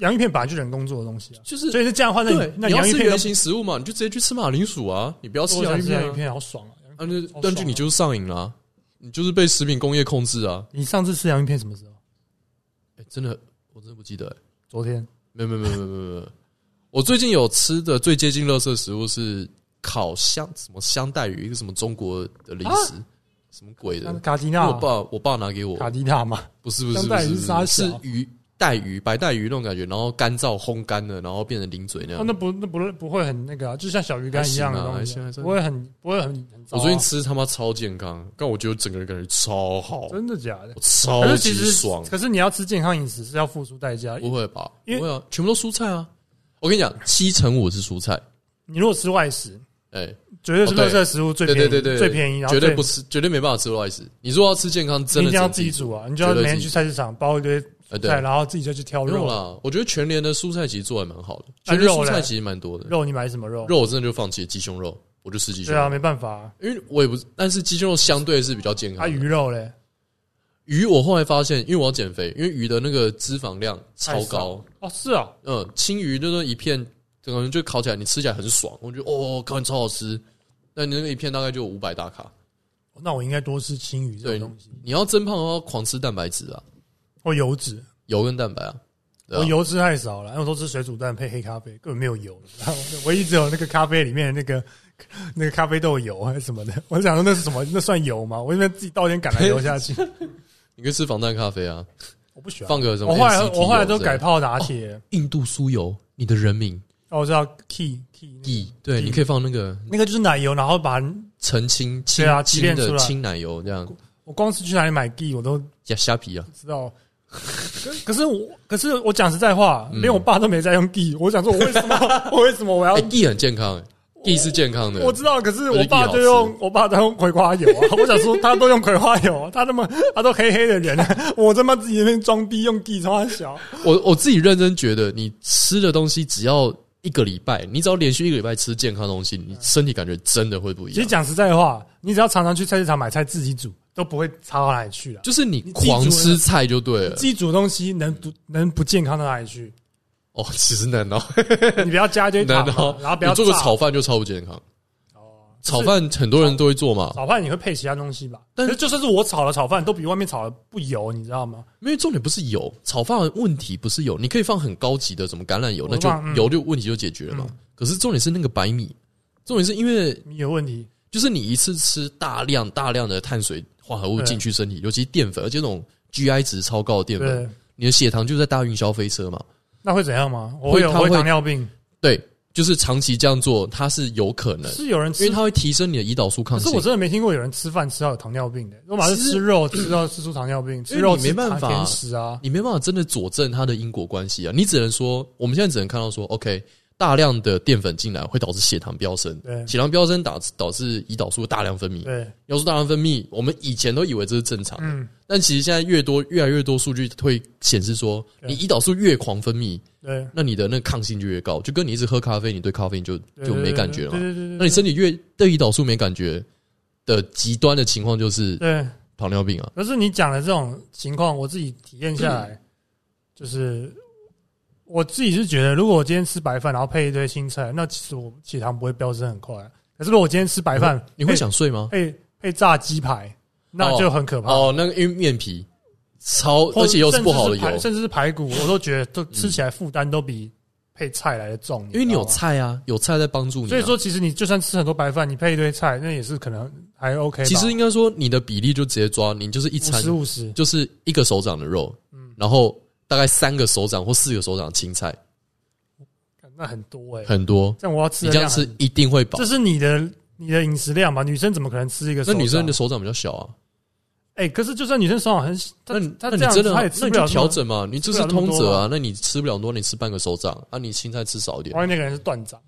B: 洋芋片本来就人工做的东西啊，
C: 就是
B: 所以是这样的话，那
C: 对
B: 你，那
C: 你要
B: 洋芋
C: 吃
B: 片
C: 原
B: 都
C: 型食物嘛，你就直接去吃马铃薯啊，你不要吃
B: 我
C: 洋
B: 想
C: 芋
B: 吃
C: 片
B: 洋芋
C: 啊，
B: 片好爽啊！
C: 啊，那
B: 爽啊
C: 但就你就是上瘾啦、你就是被食品工业控制啊！
B: 你上次吃洋芋片什么时候？
C: 哎，真的，我真的不记得、欸，
B: 昨天
C: 没有没有没有没有没有没有，我最近有吃的最接近垃圾食物是烤香什么香带鱼，一个什么中国的
B: 啊
C: 零食，什么鬼的？
B: 卡迪
C: 因为
B: 娜
C: 我，爸我爸拿给我，
B: 卡迪娜嘛，
C: 不是不是
B: 香
C: 不
B: 带
C: 是
B: 鱼是
C: 不是
B: 啥小
C: 不是是鱼带鱼白带鱼那种感觉，然后干燥烘干的，然后变成零嘴那
B: 哦，
C: 样。
B: 那不那不不会很那个啊，就像小鱼干一样的东
C: 还
B: 西
C: 行啊还行
B: 啊
C: 还，行
B: 不会很不会很很糟啊。
C: 我最近吃他妈超健康，但我觉得整个人感觉超好，
B: 真的假的
C: 我？超
B: 可是
C: 级
B: 其实
C: 爽，。
B: 可是你要吃健康饮食是要付出代价。
C: 不会吧？
B: 因为
C: 不会啊，全部都蔬菜啊！我跟你讲，七成五是蔬菜，
B: 你如果吃外食，
C: 哎、
B: 绝对是
C: 哦对
B: 垃圾食物最
C: 对
B: 便宜，
C: 对对对，
B: 最便宜，然后
C: 绝对
B: 最
C: 不吃，绝对没办法吃外食。你说要吃健康，真
B: 你
C: 的
B: 一定要
C: 只能
B: 自己煮啊！你就
C: 绝
B: 要
C: 对
B: 每天
C: 自己
B: 去菜市场包一堆
C: 呃，
B: 菜，
C: 对，
B: 然后自己就去挑
C: 不用
B: 肉。
C: 啦。啊我觉得全年的蔬菜其实做还蛮好的，
B: 那
C: 全年
B: 肉
C: 蔬菜
B: 嘞
C: 其实蛮多的。
B: 肉你买什么肉？
C: 肉我真的就放弃了鸡胸肉，我就吃鸡胸
B: 对啊，
C: 肉，
B: 没办法啊。
C: 因为我也不，但是鸡胸肉相对是比较健
B: 啊，
C: 康的。
B: 鱼肉嘞，
C: 鱼我后来发现，因为我要减肥，因为鱼的那个脂肪量超高，
B: 哦，是啊，
C: 嗯，青鱼就是一片，可能就烤起来你吃起来很爽，我觉得哦，烤完超好吃。那你那个一片大概就五百大卡，
B: 哦那我应该多吃青鱼这种东西，
C: 你要增胖的话，狂吃蛋白质啊，
B: 或油脂。
C: 油跟蛋白啊。对
B: 我
C: 啊，
B: 油吃太少了，因为我都吃水煮蛋配黑咖啡，根本没有油， *laughs* 然后唯一只有那个咖啡里面的那个那个咖啡豆油还是什么的。 *laughs* 我想说那是什么？那算油吗？我这边自己倒点橄榄油下
C: *laughs*
B: 去，
C: 你可以吃防弹咖啡啊，
B: 我不喜欢
C: 放。个什么
B: 我后来
C: NCT
B: 我后来
C: 油
B: 都
C: 之类的
B: 改泡拿铁，
C: 印度酥油，你的人名
B: 哦，我知道 key key 那个
C: 意，对，
B: Ghee
C: 你可以放那个
B: 那个就是奶油，然后把
C: 澄清清
B: 对啊提
C: 清
B: 炼出
C: 的
B: 来
C: 清奶油这样
B: 我光是去哪里买 key 我都
C: 加虾皮啊，
B: 知道。可
C: *laughs*
B: 可是我可是我讲实在话，
C: 嗯
B: 连我爸都没在用 G，我想说，我为
C: *laughs*
B: 什么我为什么我要
C: 哎，？地很健康，哎地是健康的，
B: 我知道，可是
C: 我觉得
B: 我爸
C: Ghee 好
B: 就
C: 吃
B: 用我爸都用葵花油
C: *laughs*
B: 啊！我想说，他都用葵花油，啊他那么他都黑黑的人，啊我他妈自己那边装逼用 G 超
C: *laughs*
B: 小，
C: 我我自己认真觉得，你吃的东西只要一个礼拜，你只要连续一个礼拜吃健康的东西，你身体感觉真的会不一
B: 其实
C: 样。
B: 讲实在话，你只要常常去菜市场买菜自己煮，都不会差到哪里去了。
C: 就是你
B: 你自己煮
C: 狂
B: 的
C: 吃菜就对了
B: 自。己煮的东西能不能不健康到哪里去？
C: 哦，其实难道
B: 你不要加一堆糖
C: 难
B: 嘛，
C: *laughs* 道
B: 然后不
C: 你
B: 要
C: 做个
B: 炸
C: 炒饭就超不健康？
B: 哦
C: 炒饭很多人都会做嘛，
B: 炒饭你会配其他东西吧？
C: 但
B: 但是就算是我炒的炒饭，都比外面炒的不油，你知道吗？
C: 因为重点不是油，炒饭问题不是油，你可以放很高级的什么橄榄油，
B: 我
C: 那就
B: 放嗯嗯
C: 油就问题就解决了嘛。可是重点是那个白米，重点是因为
B: 你有问题，
C: 就是你一次吃大量大量的碳水化合物进去身体，尤其淀粉，而且那种 GI 值超高的淀粉，
B: 对，
C: 你的血糖就在大运消费车嘛。
B: 那会怎样吗？我
C: 会
B: 会有
C: 它
B: 我会
C: 会
B: 糖尿病，
C: 对，就是长期这样做，它是有可能，
B: 是有人
C: 因为
B: 吃，
C: 它会提升你的胰岛素
B: 可
C: 抗
B: 是
C: 性
B: 我。真的没听过有人吃饭吃到有糖尿病的。我马是
C: 其实
B: 吃肉吃到吃出糖尿病，吃
C: 因为
B: 肉
C: 你
B: 吃
C: 没办法
B: 甜食啊，
C: 你没办法真的佐证它的因果关系啊，你只能说，我们现在只能看到说，OK，大量的淀粉进来会导致血糖飙升，
B: 对
C: 血糖飙升导导致胰岛素大量分泌，
B: 对，
C: 胰岛素大量分泌，我们以前都以为这是正常的，
B: 嗯，
C: 但其实现在越多越来越多数据会显示说，
B: 对
C: 你胰岛素越狂分泌，
B: 对，
C: 那你的那个抗性就越高，就跟你一直喝咖啡，你对咖啡因就
B: 对
C: 就没感觉了
B: 对
C: 嘛。
B: 对对对，
C: 那你身
B: 体
C: 体越对胰岛素没感觉的极端的情况就是
B: 对。
C: 糖尿病啊，
B: 可是你讲的这种情况，我自己体验下
C: 嗯
B: 来，就是我自己是觉得，如果我今天吃白饭，然后配一堆青菜，那其实我血糖不会飙升很快。啊可是如果我今天吃白饭，
C: 你会想睡吗？
B: 配配配炸鸡排，那就很可怕。
C: 哦，那个因为面皮超，
B: 啊或
C: 而且又是
B: 甚至
C: 不好的
B: 排
C: 油，
B: 甚至是排骨，我都觉得都吃起来负担都比配菜来的重，
C: 因为你有
B: 知道吗。
C: 菜啊，有菜在帮助你啊。
B: 所以说，其实你就算吃很多白饭，你配一堆菜，那也是可能还 OK 吧。
C: 其实应该说你的比例就直接抓，你就是一
B: 五
C: 餐
B: 十五十，
C: 就是一个手掌的肉，然后大概三个手掌或四个手掌青菜，
B: 那很多哎、欸。
C: 很多。
B: 这样我要吃
C: 你
B: 的
C: 这样
B: 量
C: 吃
B: 很
C: 一定会饱
B: 这。是你的你的饮食量吧？女生怎么可能吃一个手
C: 那
B: 掌？
C: 女生的手掌比较小啊，
B: 哎、可是就算女生手掌很小，她
C: 那你
B: 她这
C: 那你
B: 样
C: 真
B: 子
C: 的
B: 她
C: 啊
B: 也
C: 那
B: 吃
C: 你
B: 不了
C: 就
B: 那么
C: 调。整嘛，你就是通
B: 吃不了那么
C: 则
B: 多
C: 啊
B: 啊，
C: 那你吃不了多，你吃半个手掌啊，你青菜吃少一点
B: 万，一那个人是断掌，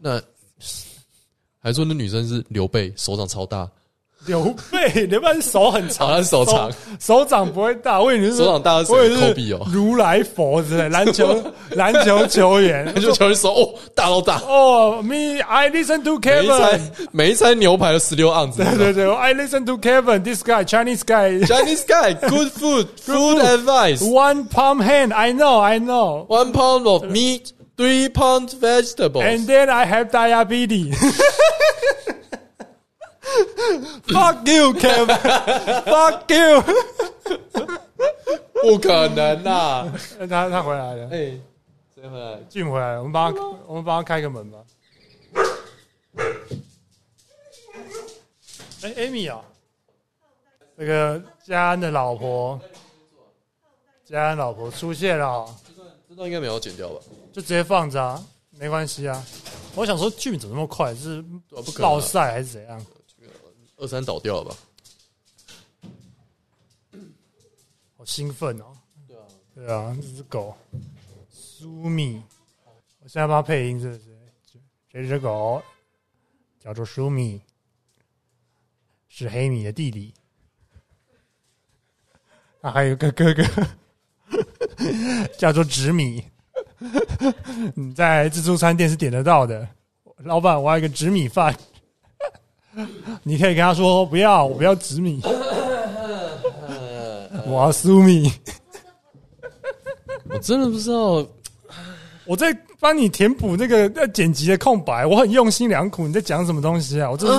C: 那还说那女生是刘备，手掌超
B: 啊
C: 大，
B: 刘备，刘备手很
C: 好
B: 长，
C: 像手掌
B: 手掌不会大。我以为你是
C: 手掌大是
B: 我以为
C: 抠
B: 是
C: 鼻哦，
B: 如来佛之类，篮球
C: *laughs*
B: 篮球球员。
C: 他就求你手哦，大到大，
B: 哦、m e I listen to
C: 每
B: *laughs*
C: 一
B: Kevin。
C: 餐每一餐牛排的十六 *laughs* 盎司。
B: 对对对，I listen to Kevin. This guy, Chinese guy,
C: Chinese guy, good food, food advice.
B: one palm hand. I know, I know.
C: One pound of meat, three pound vegetables.
B: And then I have diabetes. Fuck you, Kevin. Fuck you. *laughs*
C: 不可能啊呐！
B: 他他回来了，
C: 哎，谁回来？
B: 俊回来了，我们帮他，我们帮他开个门吧。哎、a m y 啊、那个佳安的老婆，佳安老婆出现了哦、
C: 这段应该没有剪掉吧？
B: 就直接放着啊，没关系啊。我想说俊怎么那么快，是
C: 对啊不可能啊
B: 暴晒还是怎样？
C: 二三倒掉了吧？
B: 好兴奋哦！
C: 对啊，
B: 对啊，这只狗，苏米，我现在帮它配音是不是？这只狗叫做苏米，是黑米的弟弟，他还有个哥哥，叫做直米。你在自助餐店是点得到的。老板，我要一个直米饭。你可以跟他说不要，我不要直米，我要苏米。
C: 我真的不知道，
B: 我在帮你填补那个呃剪辑的空白，我很用心良苦。你在讲什么东西啊？我这是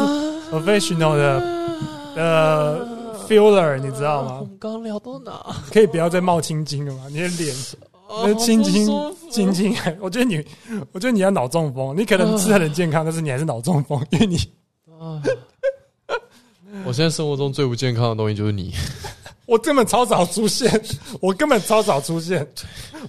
B: professional 的的 filler，你知道
C: 我
B: 吗？
C: 们哦刚刚聊到哪？哦
B: 可以不要再冒青筋了吗？你的脸，你的青筋
C: 好不舒服，
B: 青筋，我觉得你，我觉得你要脑中风。你可能吃的很健康，但是你还是脑中风，因为你 *laughs*
C: *laughs* 我现在生活中最不健康的东西就
B: *laughs*
C: 是你。
B: 我根本超少出
C: *laughs*
B: 现，我根本超少出现，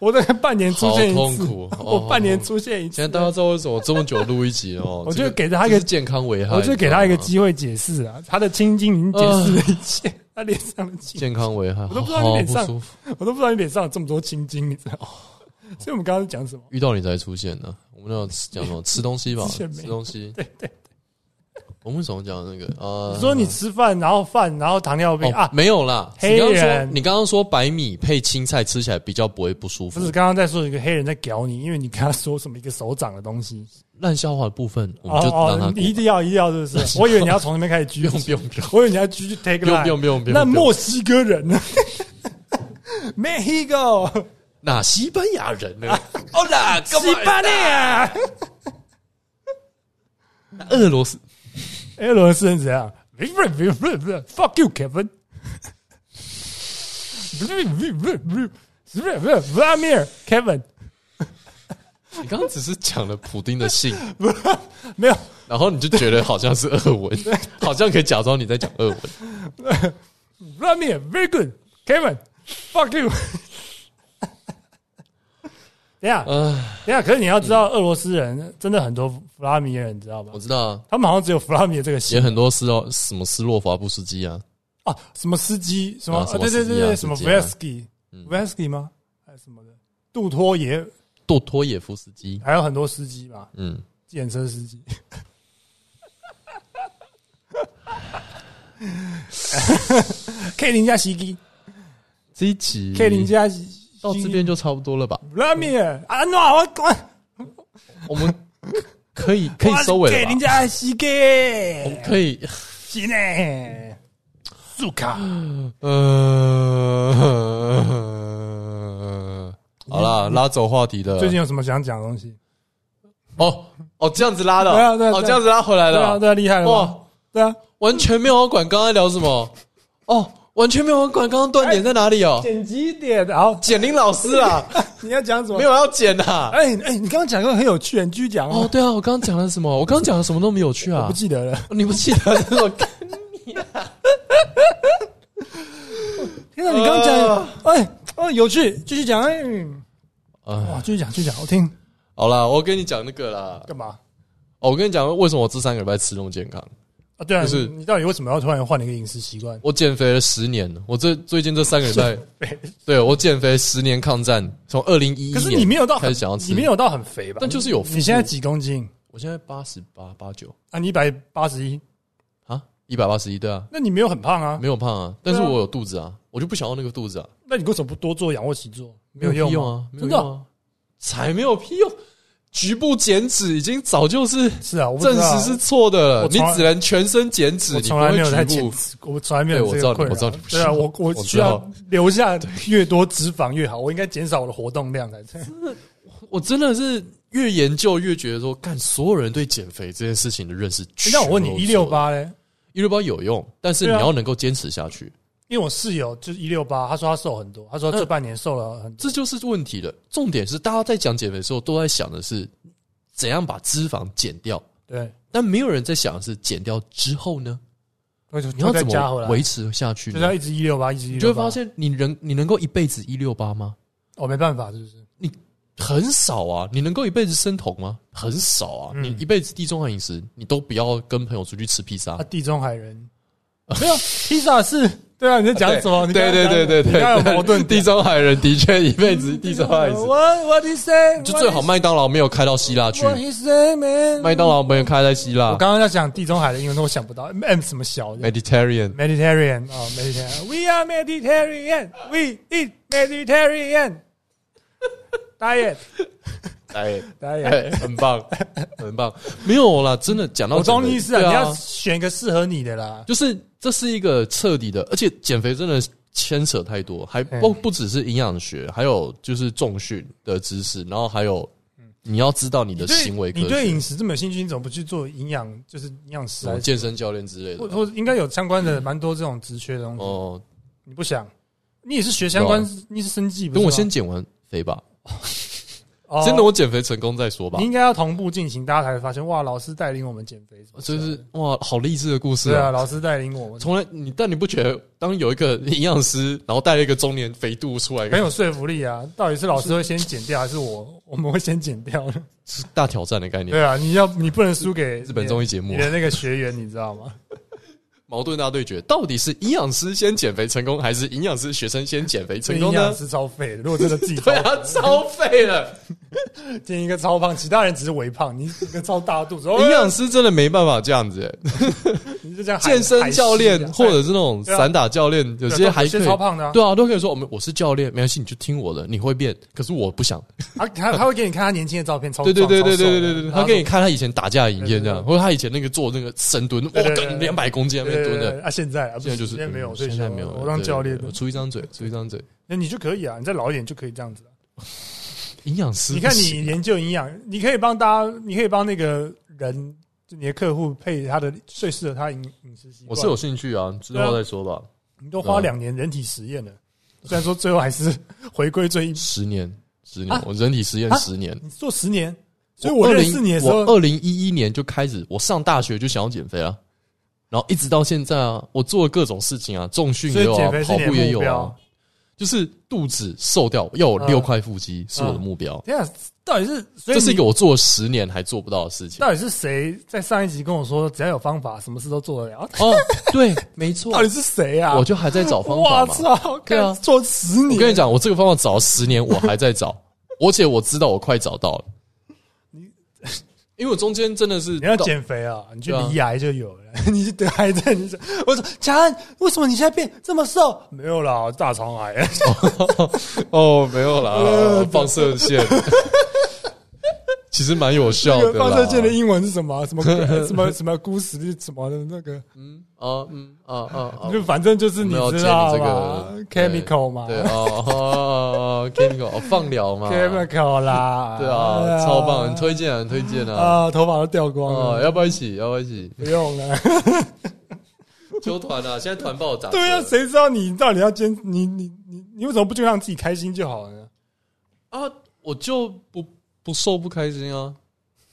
B: 我大概半年出现一次
C: 好痛苦，
B: 我
C: 哦
B: 半年出现一
C: 现在
B: 次。
C: 大家知道为什么这么久录一集哦？
B: 啊我
C: 这
B: 就
C: 个
B: 给他一
C: 这
B: 个
C: 是健康危害，
B: 我就给他一个
C: 你知
B: 机
C: 道吗
B: 会解释啊，他的青筋已经解释
C: 嗯
B: 了一切，他脸上的
C: *laughs*
B: 青，
C: 健康危害，
B: 我都不知道你脸上
C: 好不舒服
B: 我都不知道你脸上有这么多青筋，你知
C: 哦
B: 道吗？所以我们刚刚讲什么？
C: 遇到你才出现的。我们要讲什么？吃东西吧，
B: *laughs* 之前没
C: 吃东西。对对我们为什么讲那个啊？
B: 你说你吃饭，然后饭，然后糖尿病
C: 哦
B: 啊，？
C: 没有啦，
B: 黑
C: 你刚刚说
B: 人
C: 你刚刚说白米配青菜吃起来比较不会不舒
B: 不是，
C: 服。
B: 刚刚在说一个黑人在屌你，因为你跟他说什么一个手掌的东西，
C: 烂笑话的部分，我们
B: 哦
C: 就让它
B: 哦，
C: 过
B: 你一定要一定要，是不是？
C: *laughs*
B: 我以为你要从那边开始
C: 不
B: 举
C: 用
B: 起，
C: 不用不用
B: 我以为你要继续 take
C: 不用
B: line，
C: 不用不用不用。
B: 那
C: 不用
B: 墨西哥人呢 *laughs* ？Mexico，
C: 哪西班牙
B: *laughs*
C: 人呢？哦啦，
B: 西班牙，
C: 俄罗斯
B: 哎，俄罗斯人怎样？Fuck you, Kevin。Vladimir Kevin
C: 你刚刚只是讲了普丁的
B: *laughs*
C: 姓， *laughs*
B: 没有，
C: 然后你就觉得好像是
B: *laughs*
C: 俄文，好像可以假装你在讲俄文。
B: *laughs* Vladimir very good Kevin fuck you，等一下，
C: 啊，
B: 等一下，可是你要知道，俄罗斯人真的很多弗拉米耶人，你知道吗
C: 我？知道啊，
B: 他们好像只有弗拉米耶这个姓
C: 也很多斯洛什么斯洛伐布斯基啊，
B: 啊，什么司机，什么、
C: 啊什么
B: 对对
C: 司机
B: 对
C: 啊
B: 对，
C: 司
B: 什么
C: 机
B: v
C: 啊
B: e s k y
C: 嗯
B: v e s k y 吗？还是什么的？杜托也
C: 杜托耶夫斯基，
B: 还有很多司机吧，
C: 嗯，
B: 计程车司
C: *laughs*
B: 机。K 零加袭击
C: 这一集
B: ，K 零加袭
C: 到这边就差不多了吧？
B: 弗拉米耶啊，那我我
C: 我们可以可以收尾
B: 给
C: 了
B: 人
C: 吧？
B: 家膝盖，
C: 我们可以，
B: 是呢，苏卡，
C: 呃，好啦，拉走话题的。
B: 最近有什么想讲的东西？
C: 哦哦，这样子拉的，
B: 对啊对啊对啊
C: 哦，这样子拉回来
B: 对啊，
C: 了，
B: 对啊，厉害了吧？
C: 哇，
B: 对啊，
C: 完全没有管刚才聊什么，哦，完全没有管刚刚断点在哪里哦，
B: 剪辑点，好，
C: 简玲老师啊，
B: 你要讲什么？
C: 没有要剪啊，
B: 哎哎，你刚刚讲过很有趣，你继续讲
C: 哦，
B: 哦，
C: 对啊，我刚刚讲了什么？我刚刚讲了什么都没有趣
B: 我
C: 啊
B: 不，记得了。
C: 你不记得？这种
B: 天哪，你刚刚
C: 呃
B: 讲，哎哦，有趣，继续讲，哎，
C: 啊，
B: 哇，继续讲，继续讲，我听。
C: *laughs* 好啦，我跟你讲那个啦，
B: 干嘛
C: 哦我跟你讲为什么我这三个礼拜吃那么健康。
B: 啊？对啊，
C: 就是
B: 你到底为什么要突然换了一个饮食习惯？
C: 我减肥了十年，我这最近这三个礼拜，对我减肥十年抗战，从二零一一
B: 可
C: 年
B: 是你没有到
C: 开
B: 很
C: 始想要，吃，
B: 你没，有到很肥吧？
C: 但就是有腹
B: 嗯你现在几公斤
C: 我现在八十八八九
B: 啊？你一百八十一，
C: 啊，一百八十一对啊，
B: 那你没有很胖啊？
C: 没有胖啊，但是我有肚子啊，我就不想要那个肚子啊，
B: 那你为什么不多做仰卧起坐？没
C: 有
B: 有用
C: 屁用
B: 吗
C: 啊，没
B: 真
C: 有
B: 的
C: 用
B: 啊
C: 啊，才没有屁用，局部减脂已经早就是
B: 是啊，我不知
C: 证
B: 道啊
C: 实是错的了，
B: 我
C: 你
B: 从来
C: 只能全身减脂，
B: 我
C: 你不
B: 从来没有在
C: 会局
B: 减
C: 部。
B: 脂，我从来没
C: 对
B: 有
C: 我
B: 这
C: 知道
B: 个
C: 你
B: 困扰。
C: 我知道你不
B: 对啊，
C: 是
B: 我
C: 我
B: 我
C: 知
B: 需要
C: 道
B: 留下越多脂肪越好，我应该减少我的活动量
C: *laughs*
B: 才对。
C: 我真的是越研究越觉得说，干所有人对减肥这件事情的认识
B: 哎
C: 全
B: 那
C: 都
B: 我
C: 错
B: 问
C: 了，
B: 你，一六八嘞？
C: 一六八有用，但是你
B: 对啊
C: 要能够坚持下去，
B: 因为我室友就是一六八，他说他瘦很多，他说这半年瘦了很多。
C: 这就是问题了。重点是大家在讲减肥的时候，都在想的是怎样把脂肪减掉，
B: 对，
C: 但没有人在想的是减掉之后呢，
B: 我就
C: 你要
B: 哦再
C: 怎
B: 加
C: 么
B: 回来，
C: 维持下去
B: 就
C: 呢
B: 是要一直一六八，一直一
C: 你
B: 六
C: 就会发现，你能你能够一辈子一六八吗？
B: 我哦没办法，是不是？
C: 很少啊，你能够一辈子生酮吗？很少啊，
B: 嗯
C: 你一辈子地中海饮食，你都不要跟朋友出去吃披萨
B: 他，地中海
C: *laughs*
B: 人没有披萨是？对啊，你在讲什么？你刚
C: 对
B: 刚
C: 对
B: 讲
C: 对对
B: 你刚刚有
C: 对，
B: 矛盾
C: *laughs* 地
B: 点。
C: 中海人的确一
B: *laughs*
C: 辈子地中海饮食，
B: What What is that？
C: *laughs* 就最好麦当劳没有开到希腊去，
B: What is that man？
C: 麦当劳没有开在希腊
B: 我。刚刚要讲地中海的英文，但我想不到 M 什么小的
C: Mediterranean，
B: Mediterranean 哦 Mediterranean，We are Mediterranean，We eat Mediterranean。diet
C: 哎
B: diet，
C: 哎， *laughs* 很棒，很棒，没有啦，真的讲到
B: 我
C: 减
B: 懂
C: 肥
B: 你意思啊，
C: 对
B: 你要选一个适合你的啦。
C: 就是这是一个彻底的，而且减肥真的牵扯太多，还
B: 嗯
C: 不不只是营养学，还有就是重训的知识，然后还有你要知道你的
B: 对
C: 行为
B: 嗯你
C: 科
B: 对
C: 学，哦
B: 饮食这么有兴趣，你怎么不去做营养，就是营养师
C: 什么
B: 来，
C: 健身教练之类
B: 或
C: 的。
B: 或应该有相关的蛮多这种职缺的东西。
C: 哦，啊
B: 你不想，你也是学相关，你是生计，不
C: 等
B: 是
C: 我
B: 吗
C: 先减完肥吧，
B: 哦
C: 真的我减肥成功再说吧
B: 你。应该要同步进行，大家才会发现哇，老师带领我们减肥什么之
C: 就
B: 类的，
C: 是哇，好励志的故事
B: 对啊，
C: 啊！
B: 老师带领我们
C: 从来你，但你不觉得当有一个营养师，然后带了一个中年肥度出来，
B: 很有说服力啊！到底是老师会先减掉，还是我我们会先减掉
C: *laughs*
B: 呢？
C: 是大挑战的概念。
B: 对啊，你要你不能输给
C: 日本综艺节目
B: 你的那个学员，你知道吗？
C: 矛盾大对决，到底是营养师先减肥成功，还是营养师学生先减肥成
B: 营
C: 功呢 *laughs*
B: 养？师超废的，如果真的自己
C: 对啊，超废了！
B: 建一个超胖，其他人只是微胖，你一个超大肚子，哦
C: 营养师真的没办法这样子、欸
B: 你就这样喊
C: 健身教练或者是那种
B: 对啊
C: 散打教练，有
B: 有
C: 些还可以
B: 超。胖的啊，
C: 对啊，都可以说我们我是教练，没关系，你就听我的，你会变。可是我不想。
B: 啊，他他会给你看他年轻的照片，超
C: 对对对对对对对对对，他给你
B: 你
C: 看他以前打架的影片这
B: 对对
C: 样，
B: 对
C: 或者他以前那个做那个深蹲，我
B: 对对对
C: 跟两百公斤在那边蹲的。
B: 啊，现在啊不
C: 现在就是
B: 现在没有，
C: 嗯
B: 所以
C: 现在没有了，
B: 我当
C: 对
B: 教练
C: 对对我出一张嘴，出一张嘴。
B: 那你就可以啊，你再老一点就可以这样子了。
C: 营养师不
B: 你看
C: 行，
B: 你研究营养，你可以帮大家，你可以帮那个人，就你的客户配他的最适合他饮饮食习惯。
C: 我是有嗯兴趣啊，之后再说吧。
B: 你都花两年人体实验了，虽然说最后还是 *laughs* 回归最一，
C: 十年，十年
B: 啊，
C: 我人体实验
B: 啊
C: 十年。
B: 你做十年，所以我认识你的时候，
C: 二零一一年就开始，我上大学就想要减肥啊，然后一直到现在啊，我做了各种事情啊，重训
B: 所
C: 也
B: 以
C: 有啊
B: 减肥，是
C: 跑
B: 你的
C: 步也
B: 目
C: 有啊
B: 标，。嗯
C: 就是肚子瘦掉，要有六块腹肌是我的目标。
B: 等一下啊到底是嗯所以
C: 这是一
B: 你啊
C: 个我做了十年还做不到的事情。
B: 到底是谁在上一集跟我说，只要有方法，什么事都做得了？啊
C: *laughs*
B: *laughs*
C: 哦，对，没错
B: 到，底是谁啊？
C: 我就还在找方法
B: 哇
C: 嘛。
B: 操，
C: 对啊
B: 看做十年，
C: 我跟你，讲，我这个方法找了十年，我还在 *laughs* 找，而且我知道我快找到了。 *laughs* 因为我中间真的是
B: 你要
C: 到
B: 减肥啊，你去
C: 对啊
B: 离癌就有了， *laughs* 你去得癌症，你想我说乔安，为什么你现在变这么瘦？没有啦，大肠
C: *laughs*
B: 癌。
C: 哦，没有啦，放射 *laughs* 线，其实蛮有效
B: 那
C: 的
B: 个
C: 哦啦。
B: *laughs* 放射线的英文是什么？
C: *laughs*
B: 什么什么什么姑死什么的那个，
C: 啊，嗯啊啊，
B: 就反正就是你
C: 没有
B: 知
C: 接
B: 道
C: 你这
B: 吧
C: 个
B: ？chemical 嘛
C: 对对哦哦哦，chemical 哦放疗嘛，对
B: ，chemical 啦，
C: 啊，超棒，很推荐啊，很推荐啊。
B: 啊，头发都掉光
C: 哦，
B: 了，
C: 要不要一起？要不要一起？
B: 不用了。
C: 揪团啊！现在团爆打折
B: 对啊，谁知道你到底要坚？你你你你为什么不就让自己开心就好了呢？
C: 啊，我就不不瘦不开心啊，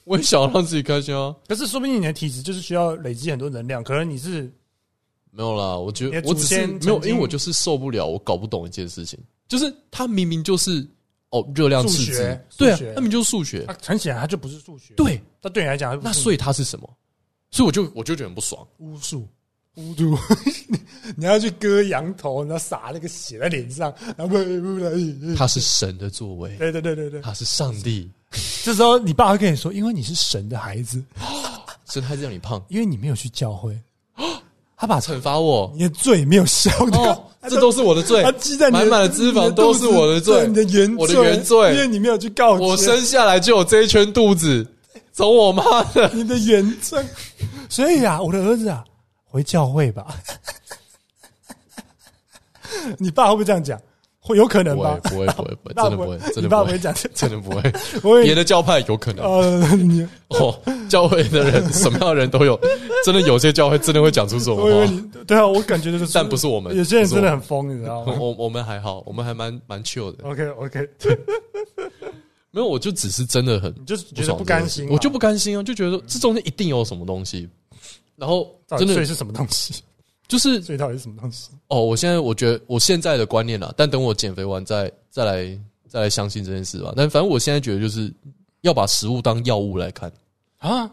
C: 我也想要让自己开心啊。
B: 可是说不定你的体质就是需要累积很多能量，可能你是
C: 没有啦，我觉
B: 你的
C: 得
B: 祖
C: 我只是
B: 先曾
C: 没
B: 经
C: 有，因为我就是受不了，我搞不懂一件事情，就是他明明就是哦热量赤
B: 数
C: 字
B: 学，
C: 对啊
B: 数学，
C: 他明明就是数学
B: 啊，，很显然它就不是数学，，
C: 对，
B: 它对你来讲它不是
C: 那所以它是什么？所以我就我就觉得很不爽，
B: 巫术。巫毒，你你要去割羊头，然后撒那个血在脸上，然后不不不，
C: 它是神的作为，
B: 对对对对对，
C: 它是上帝，
B: 这时候你爸会跟你说，因为你是神的孩子，
C: 神还是让你胖，
B: 因为你没有去教会，他把
C: 惩罚我。
B: 你的罪没有消 *laughs*
C: 哦
B: 掉，，
C: 这都是我的罪
B: 他积在，你
C: 满满的脂肪都是我的罪，
B: 你的原
C: 我的原罪，
B: 因为你没有去告
C: 我
B: 诫
C: 生下来就有这一圈肚子，走我妈的！
B: 你的原罪，所以啊，我的儿子啊，回教会吧。 *laughs* 你爸会不会这样讲？会有可能
C: *laughs* 不会
B: 吧？
C: 不会不会不会，
B: 爸
C: 真的
B: 不
C: 不
B: 会
C: 会，真
B: 你
C: 的
B: 爸
C: 不
B: 不会
C: 会
B: 讲
C: 真的不会。
B: 我
C: 别
B: 也
C: 的教派有可能
B: 呃，你
C: 哦，教会的人什么样的人都
B: *laughs*
C: 有，真的有些教会真的会讲出这种
B: 我以为
C: 话，
B: 你对啊，我感觉就是，
C: 哦 *laughs* 但不是我们
B: 有些人
C: 不是我
B: 真的
C: 们
B: 很疯，你知道吗
C: 我我们还好，我们还蛮蛮 chill 的。
B: ？OK
C: *laughs*
B: OK，
C: 没有，我就只是真的很
B: 你就是觉
C: 不
B: 得
C: 爽
B: 不
C: 这件事
B: 甘心嘛，
C: 我就不甘心啊，就觉得这中间一定有什么东西。然后
B: 到底
C: 真的
B: 罪是什么东西？
C: 就是
B: 罪到底是什么东西？
C: 哦，我现在我觉得我现在的观念啦，但等我 *laughs* 减肥完再再来再来相信这件事吧。但反正我现在觉得就是要把食物当药物来看啊。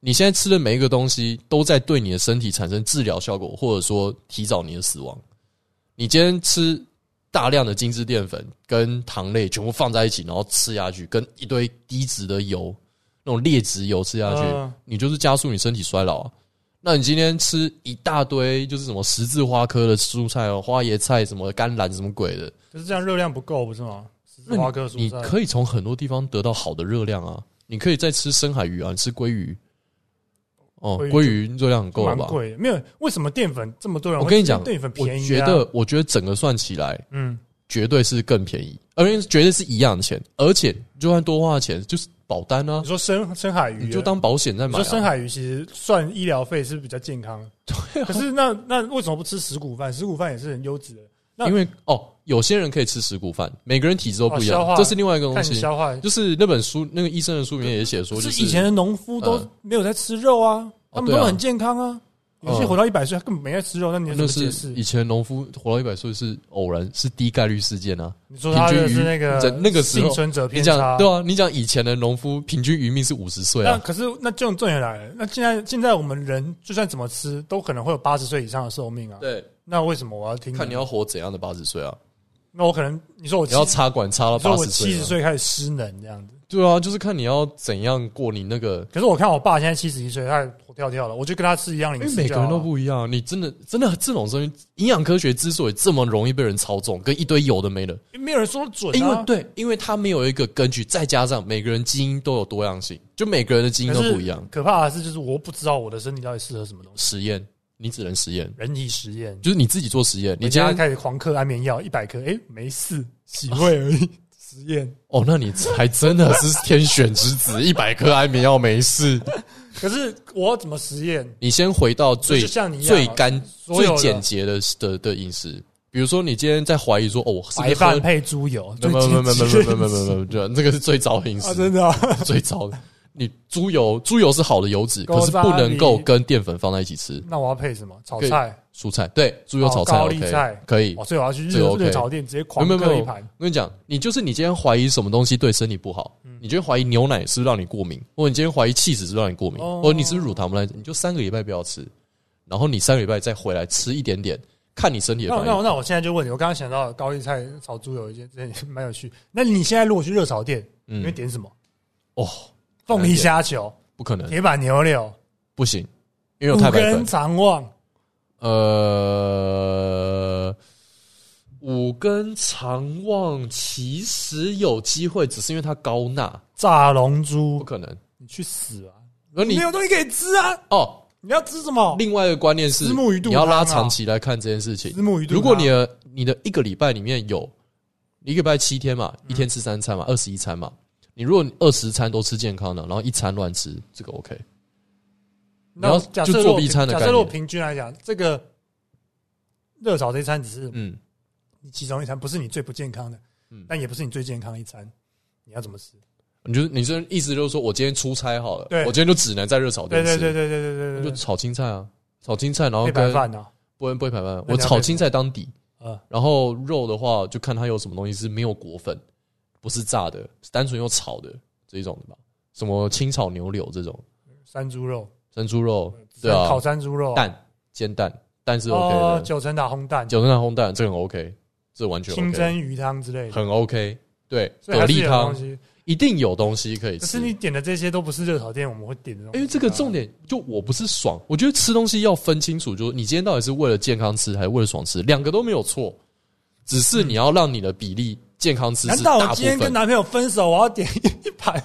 C: 你现在吃的每一个东西都在对你的身体产生治疗效果，或者说提早你的死亡。你今天吃大量的精致淀粉跟糖类全部放在一起，然后吃下去，跟一堆低脂的油那种劣质油吃下去，
B: 嗯
C: 你就是加速你身体衰老啊。那你今天吃一大堆就是什么十字花科的蔬菜哦，花椰菜什么甘蓝什么鬼的，
B: 就是这样，热量不够不是吗？十字
C: 那你
B: 花科蔬
C: 你
B: 菜，
C: 可以从很多地方得到好的热量啊。你可以再吃深海鱼啊，你吃鲑鱼，哦，
B: 鲑鱼
C: 鲑鱼热量很够了
B: 蛮
C: 吧？
B: 贵的。没有，为什么淀粉这么多人
C: 我
B: 会吃？
C: 跟你讲
B: 淀粉
C: 我
B: 便宜、啊。
C: 觉得，我觉得整个算起来，
B: 嗯，
C: 绝对是更便宜，而且绝对是一样的钱，而且就算多花钱，就是保单啊
B: 你，说深深海鱼，啊
C: 你就当保险在
B: 你
C: 买、
B: 说
C: 啊。
B: 深海鱼其实算医疗费是比较健康的，
C: 啊
B: 可是那那为什么不吃石骨饭？石骨饭也是很优质的，那
C: 因为哦，有些人可以吃十谷饭，每个人体质都不一
B: 哦消
C: 样，
B: 化
C: 这是另外一个
B: 看
C: 东
B: 你
C: 西。
B: 消化。
C: 就是那本书，那个医生的书里面也写说，就是
B: 以前的农夫都
C: 嗯
B: 没有在吃肉啊，他们
C: 对
B: 都
C: 啊
B: 很健康啊。有些
C: 嗯
B: 活到一百岁，他根本没在吃肉，那你有什
C: 那
B: 么解
C: 是
B: 释
C: 以？前农夫活到一百岁是偶然，是低概率事件啊。
B: 你说他的
C: 平均
B: 是
C: 于
B: 那个
C: 人那个时候
B: 幸存者
C: 你
B: 偏差
C: 讲，对啊，你讲以前的农夫平均余命是五十岁
B: 那
C: 啊，
B: 可是那这种重点来了，那现在现在我们人就算怎么吃，都可能会有八十岁以上的寿命啊。
C: 对，
B: 那为什么我要听？
C: 看你要活怎样的八十岁啊，
B: 那我可能你说我
C: 你要
B: 七
C: 插管插到
B: 你说
C: 八
B: 嗯我
C: 十岁
B: 七
C: 啊，
B: 十岁开始失能这样子。
C: 对啊，就是看你要怎样过你那个
B: 可是我看我爸现在七十一岁，他活跳跳了，我就跟他吃一样
C: 因
B: 零
C: 为
B: 食。
C: 每个人都，不一样，你真的真的这种东西，营养科学之所以这么容易被人操纵，跟一堆有的没的，
B: 没有人说准、啊，
C: 因为对，因为它没有一个根据，再加上每个人基因都有多样性，就每个人的基因都不一样。
B: 可怕的是，就是我不知道我的身体到底适合什么东西。
C: 实验，你只能实验，
B: 人体实验，
C: 就是你自己做实验。你
B: 我现在
C: 家
B: 开始狂嗑安眠药一百颗，哎、没事，洗胃而已。实验，
C: 哦，那你还真的是天选
B: *laughs*
C: 之子，一百颗安眠药没事。
B: 可是我要怎么实验？
C: 你先回到最
B: 就像你一样啊
C: 最干、
B: 所有的
C: 最简洁的的的饮食，比如说你今天在怀疑说，哦，我是不
B: 白
C: 是
B: 饭
C: 喝？
B: 配猪油，
C: 没有没有没有没有没
B: 最
C: 有没有没有没有没
D: 呃
C: 有，对这个是最早的饮
B: 啊，
C: 食，
D: *laughs*
B: 真的、啊，
C: 最糟的。你猪油，猪油是好的油脂，
B: 狗
C: 可
B: 杂
C: 是不能够跟淀粉放在一起吃。
B: 那我要配什么？炒菜、
D: 蔬菜，对，猪油炒菜
B: 哦高丽
D: OK，
B: 菜
D: 可以
B: 哦，。所以我要去
D: 这个
B: 热
D: OK
B: 热炒店直接
D: 没有
B: 狂
D: 没有没
B: 割
D: 有，
B: 一
D: 我
B: 盘，
D: 跟你讲，你就是你今天怀疑什么东西对身体不好，
B: 嗯
D: 你就会怀疑牛奶是不是让你过敏，或者你今天怀疑气质是不是让你过敏，
B: 哦
D: 或者你是不是乳糖不耐，你就三个礼拜不要吃，然后你三个礼拜再回来吃一点点，看你身体的
B: 那
D: 反
B: 那我
D: 应。
B: 那我现在就问你，我刚刚想到高丽菜炒猪油一件，这蛮有趣。那你现在如果去热炒店，你会
D: 嗯，
B: 点什么？
D: 哦，
B: 凤梨虾球、
D: 不可能，
B: 铁板牛柳、
D: 不行，因为嗯有
B: 五
D: 太白粉
B: 根。肠旺。
D: 呃，五根肠旺其实有机会，只是因为它高钠，
B: 炸龙
D: 不
B: 珠，
D: 可能。
B: 你去死啊！
D: 而你
B: 没有东西可以吃啊！
D: 哦，
B: 你要吃什么？
D: 另外一个观念是，
B: 石目鱼肚
D: 你要拉
B: 汤啊
D: 长期来看这件事情
B: 石。目鱼肚汤。
D: 如果你的你的一个礼拜里面有一个礼拜七天嘛，一
B: 嗯
D: 天吃三餐嘛，二十一餐嘛，你如果二十餐都吃健康的，然后一餐乱吃，这个 OK。
B: 那我
D: 你要
B: 假设
D: 就
B: 如果
D: 做 B 餐的
B: 假
D: 概
B: 设如
D: 念
B: 果平均来讲，这个热炒这一餐只是
D: 嗯，
B: 你其中一餐，不是你最不健康的
D: 嗯，
B: 但也不是你最健康一餐。你要怎么吃？
D: 你就是你这意思就是说我今天出差好了，
B: 对
D: 我今天就只能在热炒
B: 对
D: 店吃，
B: 对对对对对
D: 那
B: 对
D: 就
B: 对，
D: 炒青菜啊，炒青菜，然后
B: 配白
D: 跟
B: 饭呢？
D: 不会不会排饭，
B: 那
D: 我
B: 你要
D: 炒青菜当底，
B: 呃，
D: 然后肉的话就看它有什么东西是没有裹粉，不是炸的，是单纯用炒的这一种的吧，什么清炒牛柳这种，
B: 山猪肉，
D: 生猪肉，对啊，
B: 烤山猪肉，
D: 蛋煎蛋蛋是 OK
B: 哦，
D: 的，
B: 九层塔烘蛋，
D: 九层塔烘蛋这个很 OK，这完全
B: 清
D: OK，
B: 蒸鱼汤之类的，
D: 很 OK，对，
B: 所以
D: 蛤
B: 还是
D: 蜊
B: 有东
D: 汤
B: 西。
D: 一定有东西可以
B: 只
D: 吃
B: 是，你啊点的这些都不是热炒店我们会点的东西。
D: 因为这个重点就我不是爽，我觉得吃东西要分清楚，就是你今天到底是为了健康吃还是为了爽吃，两个都没有错，只是你要让你的比例健康
B: 嗯
D: 吃
B: 难
D: 是
B: 道
D: 大
B: 我
D: 部
B: 今天跟
D: 分。
B: 男朋友分手，我要点一盘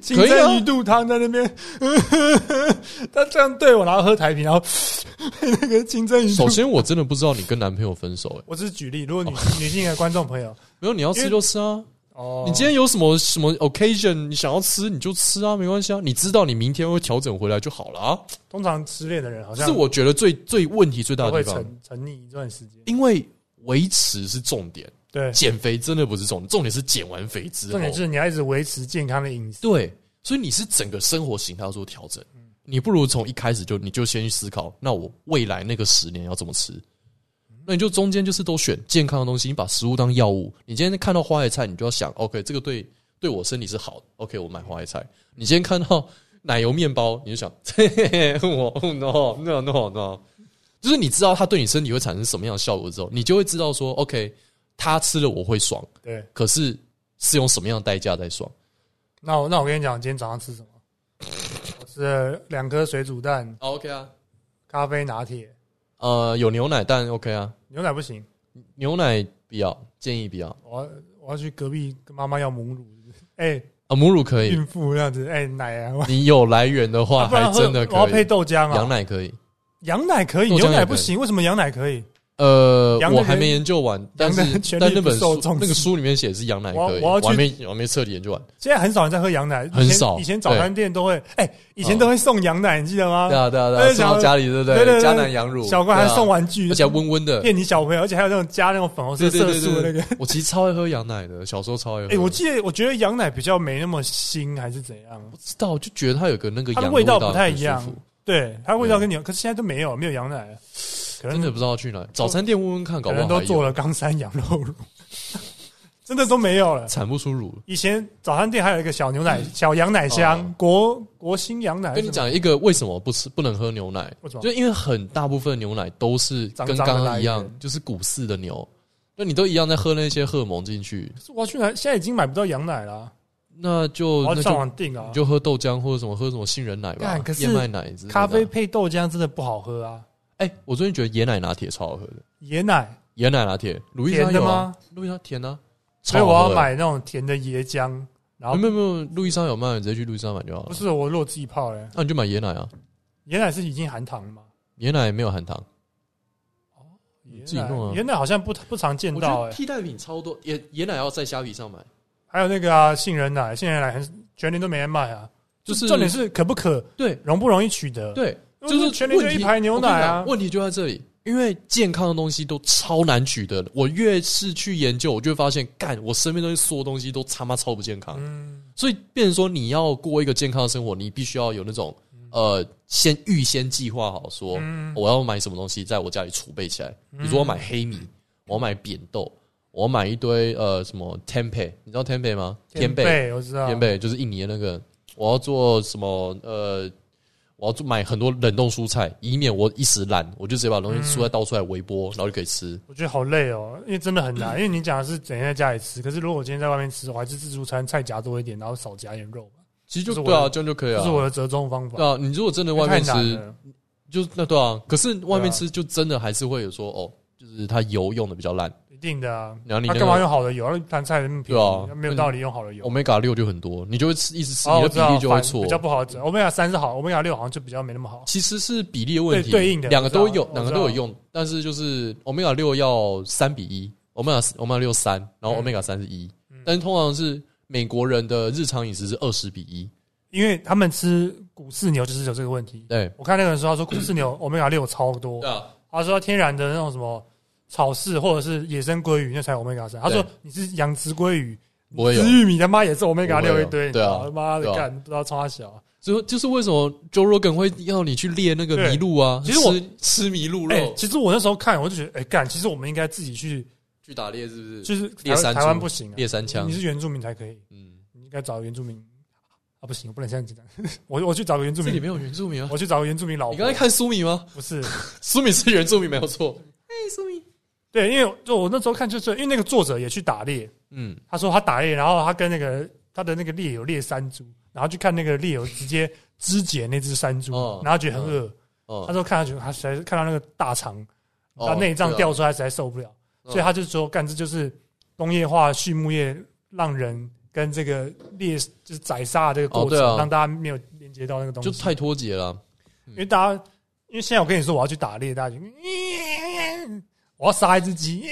B: 清
D: 可以啊
B: 蒸鱼肚汤在那边？ *laughs* 他这样对我，然后喝台啤，然后 *laughs* 那个清蒸鱼肚
D: 首。先，我真的不知道你跟男朋友分手、
B: *laughs*
D: 欸，
B: 我只是举例，如果女女性的观众朋友，
D: 没有你要
B: 因
D: 吃
B: 为
D: 就吃啊，
B: 哦，
D: 你今天有什么什么 occasion，你想要吃你就吃啊，没关系啊，你知道你明天会调整回来就好了啊。
B: 通常失恋的人好
D: 这
B: 像
D: 是我觉得最最问题最大
B: 都
D: 的
B: 会
D: 地方，
B: 沉沉溺一段时间。
D: 因为维持是重点，
B: 对，
D: 减肥真的不是重点，重点是减完肥之后，
B: 重点是你要一直维持健康的饮食。
D: 对，所以你是整个生活形态要做调整，
B: 嗯
D: 你不如从一开始就你就先去思考，那我未来那个十年要怎么吃？
B: 嗯
D: 那你就中间就是都选健康的东西，你把食物当药物。你今天看到花椰菜，你就要想，OK，这个对对我身体是好的，OK，我买花椰菜。你今天看到奶油面包，你就想， *laughs* 嘿嘿嘿我 oh no no no no，就是你知道它对你身体会产生什么样的效果之后，你就会知道说，OK，它吃了我会爽，
B: 对，
D: 可是是用什么样的代价在爽？
B: 那我那我跟你讲，今天早上吃什么？我吃了两颗水煮蛋、
D: o k 啊。
B: 咖啡拿铁，
D: 呃，有牛奶但 OK 啊，
B: 牛奶不行，
D: 牛奶不要，建议不要
B: 我要我要去隔壁跟妈妈要母乳。 *laughs* 哎、
D: 啊，母乳可以，
B: 孕妇这样子，哎、奶啊，我
D: 你有来源的
B: *laughs*
D: 话
B: 啊不然
D: 还
B: 喝
D: 真的
B: 我要
D: 可
B: 配
D: 以，
B: 豆浆啊，
D: 羊奶可以，
B: 羊奶可以，
D: 豆浆也
B: 牛奶
D: 可
B: 不
D: 以
B: 行，为什么羊奶可以？
D: 呃，
B: 羊的
D: 我还
B: 人
D: 没研究完，但
B: 羊的
D: 是
B: 人权利
D: 但那本
B: 不受
D: 书
B: 重视
D: 那个书里面写是羊奶
B: 我
D: 可以，
B: 我要去哦
D: 还没我还没彻底研究完，
B: 现在很少人在喝羊奶，以前
D: 很少
B: 以前早餐店都会，哎、以前都会送羊奶，你记得吗？
D: 对啊对啊
B: 哎
D: 对啊，送
B: 小
D: 到家里对不
B: 对对对
D: 加奶羊乳，
B: 小乖还
D: 对啊
B: 送玩具，
D: 而且还温温的，
B: 骗你小朋友，而且还有那种加那种粉红色
D: 对对
B: 色
D: 对
B: 素的那
D: 对
B: 个。
D: 对，我其实超爱喝羊奶的，小时候超爱喝，
B: 哎、我记得，我觉得羊奶比较没那么腥，还是怎样？
D: 不知道就觉得它有个那个
B: 它的
D: 羊
B: 味道
D: 道
B: 不太
D: 很
B: 一
D: 舒
B: 样
D: 服
B: 对，它味道跟牛，可是现在都没有，没有羊奶了，可能
D: 真的不知道去哪，早餐店问问看，搞
B: 可
D: 不
B: 能
D: 好
B: 都
D: 还有
B: 做了冈山羊肉乳， *laughs* 真的都没有了。
D: 产不出乳，
B: 以前早餐店还有一个小牛奶、小羊奶箱，
D: 嗯哦
B: 国国新羊奶。
D: 跟你，讲一个为什么不吃不能喝牛奶
B: 为什么，
D: 就因为很大部分牛奶都是
B: 脏
D: 跟
B: 脏的
D: 刚
B: 来
D: 刚一样
B: 源，
D: 就是股市的牛，那你都一样在喝那些荷尔蒙进去，
B: 我去哪？现在已经买不到羊奶了啊，
D: 那就
B: 我要
D: 那
B: 上
D: 就
B: 网订啊
D: 你。就喝豆浆或者什么喝什么杏仁奶吧
B: 干可，是
D: 燕麦奶之类的
B: 咖啡。配豆浆真的不好喝啊，
D: 哎，我最近觉得椰奶拿铁超好喝的，
B: 椰奶，
D: 椰奶拿铁，鲁易莎
B: 甜的
D: 有
B: 吗
D: 啊，路易莎甜啊，
B: 所以
D: 超
B: 我
D: 好
B: 要
D: 喝的。
B: 买那种甜的椰浆。然后
D: 没有没有，路易莎有卖，你直接去路易莎买就好
B: 不
D: 了。
B: 是我如果自己泡欸嘞，
D: 那你就买椰奶啊，
B: 椰奶是已经含糖了嘛？
D: 椰奶没有含糖，
B: 椰奶
D: 自己弄啊
B: 椰奶好像不不常见
D: 我觉
B: 到
D: 得
B: 哎、
D: 替代品超多，椰椰奶要在虾皮上买，
B: 还有那个啊，杏仁奶，杏仁奶很全年都没人卖啊。
D: 就是
B: 重点是可不可
D: 对
B: 容不容易取得？，
D: 对，
B: 就
D: 就是是
B: 全年就
D: 问题
B: 一排牛奶啊
D: 我跟你讲。问题就在这里，因为健康的东西都超难取得的。我越是去研究，我就会发现，干我身边东西所有东西都他妈超不健康。
B: 嗯，
D: 所以，变成说你要过一个健康的生活，你必须要有那种
C: 呃先预先计划好说、
B: 嗯
C: 我要买什么东西，在我家里储备起来。比如说我买黑
B: 嗯
C: 米，我要买扁豆，我要买一堆呃什么 tempeh，你知道 tempeh 吗？
B: 天
C: 贝，
B: 贝，我知道，
C: 天贝就是印尼的那个。我要做什么？呃，我要做买很多冷冻蔬菜，以免我一时懒，我就直接把东西蔬菜倒出来微波，
B: 嗯
C: 然后就可以吃。
B: 我觉得好累哦，因为真的很
D: *clears throat*
B: 难。因为你讲的是整天在家里吃，可是如果我今天在外面吃，我还是自助餐，菜夹多一点，然后少夹一点肉吧，
C: 其实就
B: 这是我
C: 对啊，
B: 的
C: 这样就可以
B: 这
C: 啊。
B: 是我的折中方法。
C: 对啊，你如果真的
B: 因
C: 外
B: 为太
C: 面
B: 难
C: 吃，
B: 了，
C: 就是那对啊。可是外面
B: 对啊
C: 吃就真的还是会有说哦，就是它油用的比较烂，
B: 一定的啊。
C: 然后你
B: 他
C: 那
B: 干嘛
C: 个
B: 用好的油？那盘菜那么便
C: 对啊
B: 宜，没有道理用好的油。
C: omega 六就很多，你就会吃一直吃，
B: 哦
C: 你
B: 我
C: 的
B: 知道
C: 比例就会
B: 反
C: 错
B: 比。较不好整。欧米伽三是好，欧米伽六好像就比较没那么好。
C: 其实是比例的问题，
B: 对对应的
C: 两个都有
B: 我，知道
C: 两个都有用，但是就是 omega 六要三比一，omega omega 六三，然后
B: 嗯
C: omega 三是一
B: 嗯，
C: 但是通常是美国人的日常饮食是二十比一，
B: 因为他们吃谷饲牛就是有这个问题。
C: 对
B: 我看那个人说，他说谷饲牛欧米伽六超多，
C: 啊，
B: 他说天然的那种什么草饲或者是野生鲑鱼那才有欧米伽啊三。他说
C: 对
B: 你是养殖鲑鱼，
C: 不会有
B: 吃玉米他妈也是欧米伽
C: 不会
B: 六
C: 有
B: 一堆，
C: 对啊
B: 你知道吗妈
C: 对
B: 的
C: 啊
B: 干不知道冲小。
C: 所以就是为什么 Joe Rogan 会要你去猎那个
B: 对
C: 麋鹿啊，
B: 其实我
C: 吃吃麋鹿
B: 哎、
C: 肉
B: 其实我那时候看我就觉得，哎、干，其实我们应该自己去，
C: 去打猎，是不是？
B: 就是
C: 猎
B: 台
C: 山
B: 湾
C: 猪
B: 台湾不行啊，
C: 猎三枪
B: 你，是原住民才可以，
C: 嗯，
B: 你应该找原住民啊，不行，我不能现在讲， *laughs* 我我去找个原住
C: 这里
B: 民，
C: 没有原住民啊。
B: 我去找个原住民老
C: 你
B: 婆
C: 刚，才看苏米吗？
B: 不是，
C: 苏米是原住民没有错。哎，苏米，
B: 对，因为就我那时候看就是，因为那个作者也去打猎，
C: 嗯，
B: 他说他打猎，然后他跟那个他的那个猎友猎山猪，然后去看那个猎友直接肢解那只山猪
C: 哦，
B: 然后觉得很饿，他
C: 哦，
B: 说看他觉得他实在是看到那个大肠，
C: 哦
B: 他内脏
C: 对啊
B: 掉出来实在受不了，
C: 嗯
B: 所以他就说干这就是工业化畜牧业让人。跟这个猎就是宰杀的这个过
C: 哦对
B: 程，
C: 啊
B: 让大家没有连接到那个
D: 嗯
B: 东西，
C: 就太脱节了。
B: 因为大家，因为现在我跟你说我要去打猎，大家就，嗯我要杀一只鸡，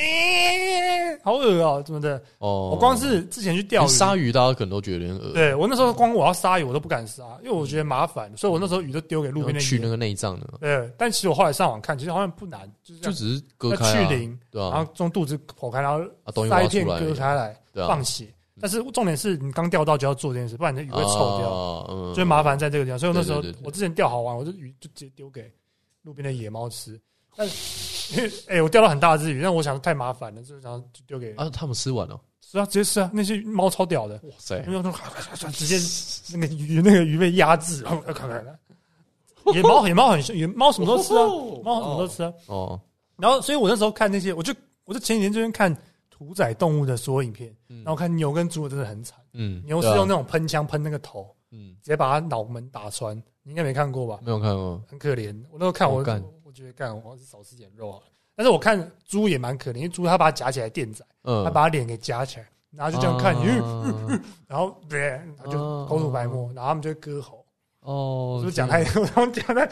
B: 好恶哦、怎么的？
C: 哦，
B: 我光是之前去钓
C: 连
B: 鱼，
C: 鲨鱼，大家可能都觉得有点恶
B: 对我那时候光我要杀鱼我都不敢杀，因为我觉得麻烦，所以我那时候鱼都丢给路边
C: 然后
B: 的
C: 去那
B: 鱼。
C: 个内脏的，
B: 对，但其实我后来上网看，其实好像不难，就是这样
C: 就只是割
B: 要
C: 开啊
B: 去鳞，
C: 对
B: 然
C: 啊
B: 后，从肚子剖开，然
C: 啊
B: 后
C: 东西
B: 塞
C: 挖
B: 一片
C: 出来而已
B: 割开来
C: 对啊
B: 放，血。但是重点是你刚钓到就要做这件事，不然你的鱼会臭掉。
C: 啊，嗯
B: 所以麻烦在这个地方。所以我那时候
C: 对对对对
B: 我之前钓好玩，我就鱼就直接丢给路边的野猫吃。但是 *laughs* 因为哎、我钓到很大只鱼，但我想太麻烦了，就然后就丢给
C: 啊，他们吃完了，
B: 是啊，直接吃啊。那些猫超屌的，
C: 哇塞，
B: 没有那种直接那个鱼那个鱼被压制，然后咔咔咔野
C: *laughs*
B: 猫野猫很凶，野猫什么都吃啊，猫什么都吃啊。
C: 哦，
B: 然后所以我那时候看那些，我就我就前几天这边看屠宰动物的所有影片，
C: 嗯
B: 然后看牛跟猪的真的很惨，
C: 嗯，
B: 牛是
C: 对啊
B: 用那种喷枪喷那个头，
C: 嗯，
B: 直接把它脑门打穿，你应该没看过吧？
C: 没有看过，
B: 很可怜。我那时候看
C: 哦
B: 我
C: 干，
B: 我觉得干，我还是少吃点肉啊。但是我看猪也蛮可怜，因为猪它把它夹起来电宰，
C: 嗯，啊
B: 它把它脸给夹起来，然后就这样看，因为
C: 为
B: 然后对，然后就口吐白沫，
C: 啊
B: 然后他们就会割喉。
C: 哦，
B: 是不是讲 *laughs* 太多？他们讲太，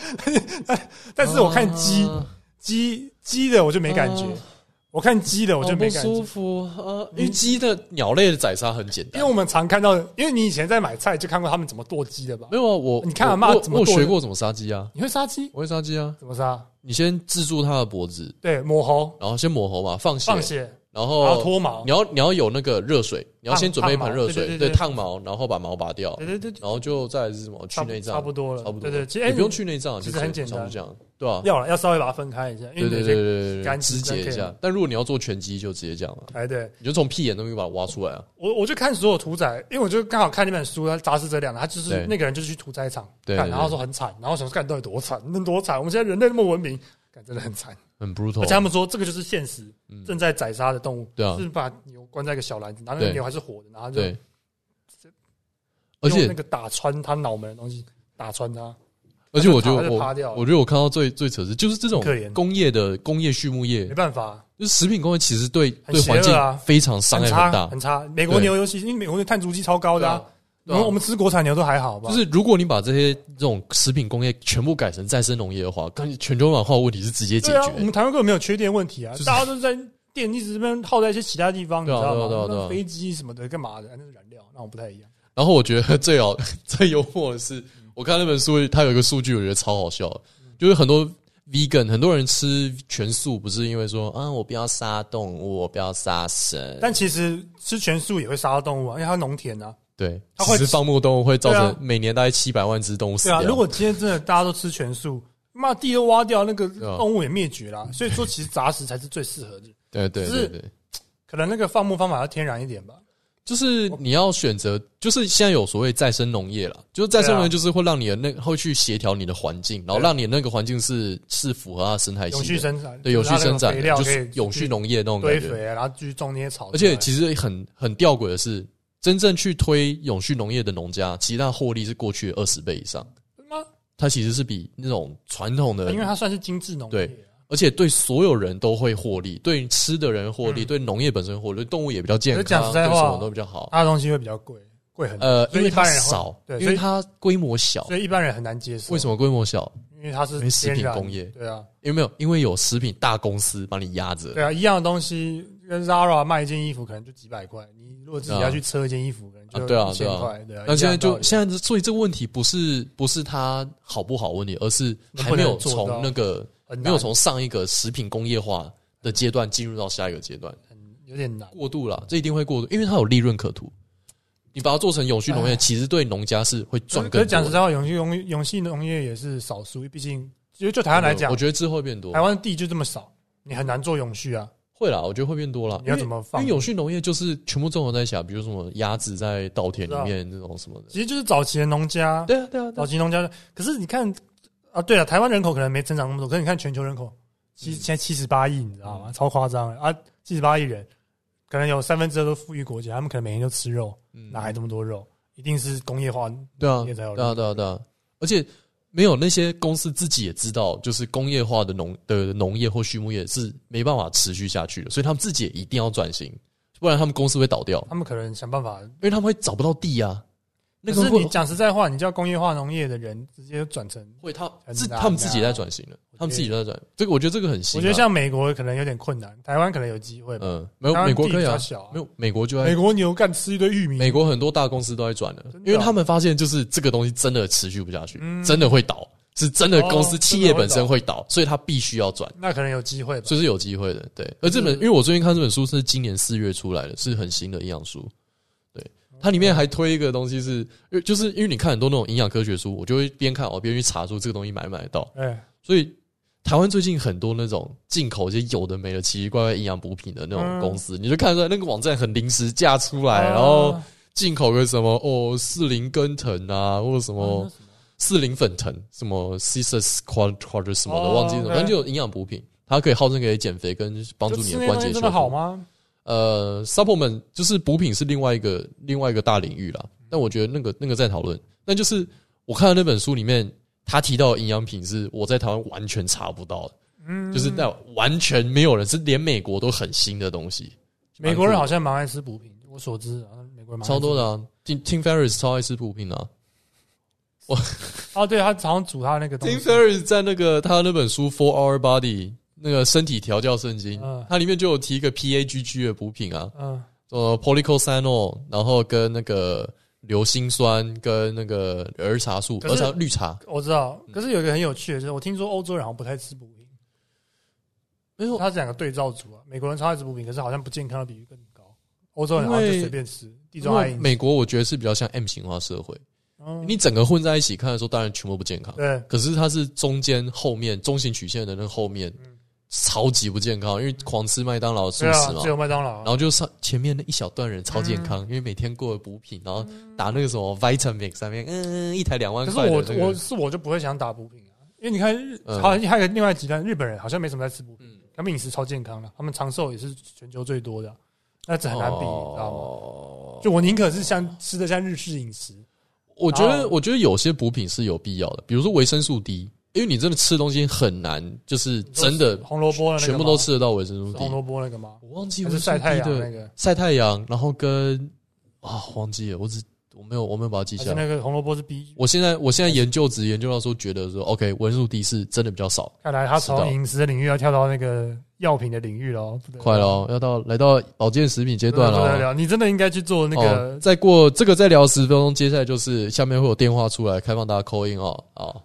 B: 但是我
C: 啊
B: 看鸡鸡鸡的我就没感觉
C: 哦，
B: 我看鸡的我
C: 我
B: 就没
C: 哦不
B: 感
C: 舒
B: 觉。
C: 服，呃，
B: 嗯
C: 因为鸡的鸟类的宰杀很简
B: 因
C: 单
B: 为，我们常看到，因为你以前在买菜就看过他们怎么剁鸡的吧
C: 没？有啊，我
B: 你看阿
C: 我
B: 嬷
C: 我
B: 怎么
C: 我有
B: 剁
C: 学
B: 的
C: 过怎么杀鸡啊，
B: 你会杀鸡？
C: 我会杀鸡啊，
B: 怎么杀？
C: 你先制住它的脖子，
B: 对，抹喉、
C: 然后先抹喉嘛，放血，
B: 放血，
C: 然
B: 然后
C: 后
B: 脱毛
C: 你。要你要有那个热水，你要先准备一盆热水，
B: 烫烫毛对对对对
C: 烫毛，然后把毛拔掉，
B: 对对对，对
C: 然后就再来是什么去
B: 差不
C: 内脏，
B: 差不多了，
C: 差不
B: 对
C: 多，
B: 对，其实
C: 你
B: 哎
C: 不用去内脏，啊
B: 其
C: 就
B: 实很简单
C: 差不多这样，对吧？
B: 要了，要稍微把它分开一下，因
C: 对
B: 为
C: 对
B: 有
C: 对
B: 些
C: 对对对，
B: 干
C: 肢
B: 净
C: 解一
B: 干净
C: 下。但如果你要做拳击，就直接这样了，
B: 哎，对
C: 你就从屁眼那边把它挖出来啊。
B: 我我就看所有屠宰，因为我就刚好看那本书，他杂志这两个，他就是
C: 对
B: 那个人就是去屠宰场，
C: 对
B: 干
C: 对对
B: 然后说很惨，然后我想说干到底多惨，能多惨？我们现在人类那么文明，干真的很惨。
C: 很
B: 而且他
C: brutal，
B: 们说这个就是现实，
C: 哦嗯
B: 正在宰杀的动物，
C: 对啊
B: 是把牛关在一个小篮子，然后那个
C: 对
B: 牛还是活的，然后就
C: 对。而
B: 用那
C: 且
B: 个打穿他脑门的东西打穿他，
C: 而且，我觉
B: 它
C: 得
B: 就
C: 我
B: 趴掉了
C: 我觉得我看到最最扯是，就是这种
B: 很可怜
C: 工业的工业畜牧业
B: 没，办法，
C: 就是食品工业其实对
B: 很
C: 对
B: 邪恶
C: 环境
B: 啊
C: 非常伤
B: 很
C: 害
B: 差
C: 大
B: 很。差。美国
C: 对
B: 牛尤其是因为美国牛碳足迹超高的啊，
C: 对
B: 我
C: 啊
B: 们我们吃国产牛都还好吧？
C: 就是如果你把这些这种食品工业全部改成再生农业的话，跟全球暖化问题是直接解
B: 对啊，我
C: 决
B: 们。台湾根本没有缺电问题啊，
C: 就是
B: 大家都在电一直这边耗在一些其他地方，你知
C: 对啊
B: 道吗？
C: 对啊对啊对啊
B: 那飞机什么的干嘛的，那是燃料，那我不太一样。
C: 然后我觉得最好 *laughs* 最幽默的是，我看那本书，它有一个数据，我觉得超好笑的，就是很多 vegan 很多人吃全素，不是因为说啊我不要杀动物，我不要杀生，
B: 但其实吃全素也会杀到动物啊，因为它农田啊，
C: 对，
B: 它会
C: 只是放牧动物会造
B: 对啊
C: 成每年大概七百万只动物死
B: 对啊，
C: 掉。
B: 如果今天真的大家都吃全素，那地都挖掉，那个
C: 啊
B: 动物也灭绝啦。所以说，其实杂食才是最适合的。 *laughs*
C: 对对
B: 只是
C: 对对，
B: 可能那个放牧方法要天然一点吧。
C: 就是你要选择，就是现在有所谓再生农业了，就是再生农
B: 对啊
C: 业就是会让你的那会去协调你的环境，然后
B: 对啊
C: 让你那个环境是是符合它的生态系
B: 永
C: 的
B: 续生产，
C: 对，有序
B: 就是它那种
C: 生长
B: 肥
C: 的，
B: 料
C: 就
B: 可以
C: 是永续农业那种
B: 堆
C: 感觉。
B: 肥啊，然后继续种那些草。
C: 而且
B: 实
C: 其实很很吊诡的是，真正去推永续农业的农家，其实他获利是过去二十倍以上。它其实是比那种传统的
B: 因为，它算是精致农业啊，
C: 而且对所有人都会获利，对吃的人获利，对农业本身获利，对动物也比较健
B: 可是嗯讲
C: 康，
B: 实
C: 对
B: 在
C: 什
B: 话
C: 么都比较好。
B: 它的东西会比较贵，贵很多。
C: 呃，
B: 所
C: 因
B: 以
C: 为
B: 一般
C: 它
B: 人会
C: 少，
B: 对，
C: 因
B: 所
C: 为
B: 以
C: 它规模小。
B: 所以一般人很难接受。
C: 为什
B: 么？
C: 么规模小？
B: 因为它是
C: 因为食品
B: 天然
C: 工业
B: 对啊，
C: 因为没有，因为有食品大公司把你压着
B: 对。啊，一样的东西跟 Zara 卖一件衣服可能就几百块，你如果自己要去车一件衣服，可能
C: 啊
B: 就
C: 对啊
B: 一千
C: 对啊
B: 块，对啊。
C: 那现在
B: 一样的道
C: 就
B: 理
C: 现在这，所以这个问题不是不是它好不好问题，而是
B: 能
C: 还
B: 不能
C: 没有
B: 做到
C: 从那个
B: 很难
C: 没有从上一个食品工业化的阶段进入到下一个阶段，
B: 很有点难。
C: 过渡了，这一定会过渡，因为它有利润可图。你把它做成永续农业，其实对农家是会赚
B: 哎可
C: 更
B: 是
C: 多
B: 讲
C: 的
B: 实。在话，永续农永续农业也是少数，毕竟就就台湾来讲
C: 我，觉得之后会变多
B: 台，湾地就这么少，你很难做永续啊。
C: 会啦，我觉得会变多啦。
B: 你要
C: 因为
B: 怎么
C: 因
B: 放
C: 为？永续农业就是全部综合在一起啊，比如什么鸭子在稻田里
B: 是啊
C: 面那种什么的。
B: 其实就是早期的农家，
C: 对啊，对啊，对
B: 早
C: 啊
B: 期农家。可是你看啊，对了，台湾人口可能没增长那么多，可是你看全球人口
C: 嗯
B: 七现在七十八亿，你知道吗？超夸张的啊！七十八亿人，可能有三分之二都富裕国家，他们可能每天都吃肉，
C: 嗯
B: 哪来这么多肉？一定是工业化。
C: 对啊，
B: 农业
C: 对
B: 才有
C: 啊，对啊，对啊，而且没有那些公司自己也知道，就是工业化的农的农业或畜牧业是没办法持续下去的，所以他们自己也一定要转型，不然他们公司会倒掉，
B: 他们可能想办法。
C: 因为他们会找不到地啊。那
B: 可
C: 个
B: 是
C: 会
B: 你讲实在话，你叫工业化农业的人直接转成，
C: 会他
B: 很
C: 自
B: 难啊
C: 他们自己也在转型了，他们自己也在转，这个我觉得这个很新啊。
B: 我觉得像美国可能有点困难，台湾可能有机会吧。
C: 嗯，没有
B: 台湾
C: 美国
B: 地
C: 可以
B: 比较
C: 啊，
B: 小啊
C: 没有美国就在
B: 美国牛干吃一堆玉米，
C: 美国很多大公司都在转了，
B: 真的啊
C: 因为他们发现就是这个东西真的持续不下去，
B: 嗯
C: 真的会倒，是真的公司
B: 哦
C: 企业
B: 真的会
C: 本身会倒，所以他必须要转。
B: 嗯那可能有机会吧。
C: 所以是有机会的，
B: 嗯
C: 对。而这本，因为我最近看这本书是今年四月出来的，是很新的营养书。对，它里面还推一个东西是，因为就是因为你看很多那种营养科学书，我就会边看哦边去查出这个东西买不买得到。
B: 哎，
C: 所以台湾最近很多那种进口一些有的没的奇奇怪怪营养补品的那种
B: 嗯
C: 公司，你就看出来那个网站很临时架出来，
B: 啊
C: 然后进口个什么哦四零根藤啊，或者什么
B: 啊
C: 四零粉藤，什么 Caesar's Quad Quad 什么的，
B: 哦
C: 忘记什么，
B: 对
C: 反正就有营养补品，它可以号称可以减肥跟帮助
B: 就
C: 你
B: 吃
C: 的
B: 那
C: 关
B: 东西
C: 节修
B: 真
C: 复
B: 的好。吗？
C: 呃，supplement 就是补品是另外一个另外一个大领域啦，但我觉得那个那个在讨论，那就是我看到那本书里面。他提到的营养品是我在台湾完全查不到的，
B: 嗯，
C: 就是那完全没有人，是连美国都很新的东西，
B: 美国人好像蛮爱吃补品，我所知啊，美国人蛮爱吃
C: 超多的啊。Tim Tim Ferris 超爱吃补品的啊，
B: 哦，对他常常煮他那个东
C: Tim
B: 西，
C: Ferriss 在那个他那本书《Four Hour Body》那个身体调教圣经
B: 嗯，
C: 它里面就有提一个 PAGG 的补品啊，
B: 嗯，
C: 呃 p o l y c o s a n o l 然后跟那个硫辛酸跟那个儿茶素，
B: 可
C: 儿
B: 是
C: 茶绿茶
B: 我知道。
C: 嗯
B: 可是有一个很有趣的，就是我听说欧洲人好像不太吃补品，
C: 没有，
B: 他是两个对照组啊，美国人超爱吃补品，可是好像不健康的比例更高，欧洲人好像
C: 因
B: 就
C: 为
B: 随便吃，地
C: 因
B: 中海
C: 为
B: 饮食，
C: 美国我觉得是比较像 M 型化社会，
B: 嗯
C: 你整个混在一起看的时候，当然全部不健康，
B: 对
C: 可是它是中间后面中型曲线的那后面
B: 嗯
C: 超级不健康，因为狂吃麦当劳素
B: 对啊嗯
C: 食，嘛
B: 只，有麦当劳
C: 然，后就上前面那一小段人超健康，因为每天过了补品，然后打那个什么 Vitamix 上面，嗯，一台两
B: 嗯
C: 万
B: 可是
C: 块的
B: 我
C: 那
B: 我
C: 个，
B: 是我就不会想打补品啊，因为你看日，
C: 嗯
B: 好像还有另外极端，日本人好像没什么在吃补品，
C: 嗯
B: 他们饮食超健康的，他们长寿也是全球最多的，那这很难比，你知道吗？
C: 哦
B: 就我宁可是像吃的像日式饮食，
C: 我觉
B: 然
C: 得
B: 后
C: 我觉得有些补品是有必要的，比如说维生素 D，因为你真的吃东西很难，就是真的
B: 红萝卜的那个吗
C: 全部都吃得到维生素
B: 是红
C: D。
B: 萝卜那个吗？
C: 我忘记
B: 还
C: 维
B: 是
C: 生
B: 晒
C: 素
B: 太
C: D
B: 阳那
C: 的
B: 个？
C: 晒太阳，然后跟啊忘记了，我只我没有我没有把它记
B: 还
C: 下
B: 是
C: 来。
B: 那个红萝卜是 B？
C: 我现在我现在研究只研究到说，觉得说 OK 维生素 D 是真的比较少。
B: 看来他
C: 知
B: 从
C: 道
B: 饮食的领域要跳到那个药品的领域啊喽，不得了
C: 快了哦，要到来到保健食品阶段
B: 不得
C: 了哦。
B: 了！你真的应该去做那
C: 哦
B: 个，
C: 再过这个再聊十分钟，接下来就是下面会有电话出来开放大家扣音哦。哦，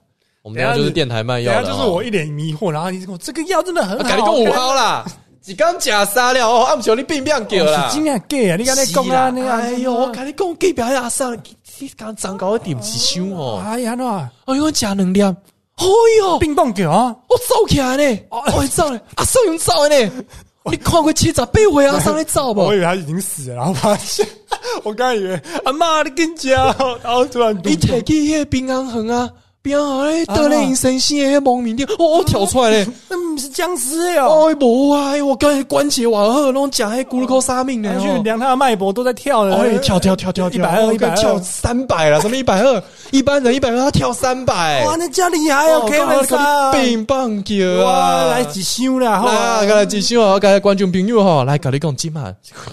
C: 我们
B: 等一
C: 等
B: 下
C: 下就是是电台卖
B: 等一
C: 药
B: 下
C: 了
B: 就
C: 哦。
B: 是我一脸迷惑，然后你就跟我这个药真的很好，
C: 啊改了个五号啦，
D: 一刚假杀了哦，暗球你变变给啦
B: 哦是。真正假啊！你敢在讲啊？
D: 是
B: 你
D: 啦
B: 啊
D: 哎呦，我跟你讲，隔壁的阿桑，你刚长高一点是凶哦。
B: 哎呀喏，
D: 哎呦，假能量，哎呦，
B: 冰冻球啊！
D: 我走起来呢，我会走呢，阿桑用走的呢。你看过七十八回阿桑在走不
B: 我？以为他已经死了，然后发现，我刚才以为阿妈你跟家，然后突然
D: 你摕起迄个平安横啊，平安横咧倒咧因先生的迄蒙面顶，哦，跳出来咧。
B: 那不是僵尸哦，
D: 哎，无啊！哎我刚才关节瓦好，拢食迄骨碌三命呢
B: 哎他去
D: 哦。
B: 量他的脉搏都在跳了，
D: 哎，跳跳跳跳
B: 一百
D: 跳
B: 二，
D: 哦
B: 一百
D: 跳
B: 二，
D: 三百了，什么一百二？一般人一百二，他跳三百。
B: 哇，那真厉害哦，Kevin
D: 啥？
B: 三，
D: 冰棒球
B: 哇，
D: 啊！
B: 来几箱了，好
D: 来，
B: 啊
D: 过来支持我，过来观众朋友吼，来甲你讲今晚，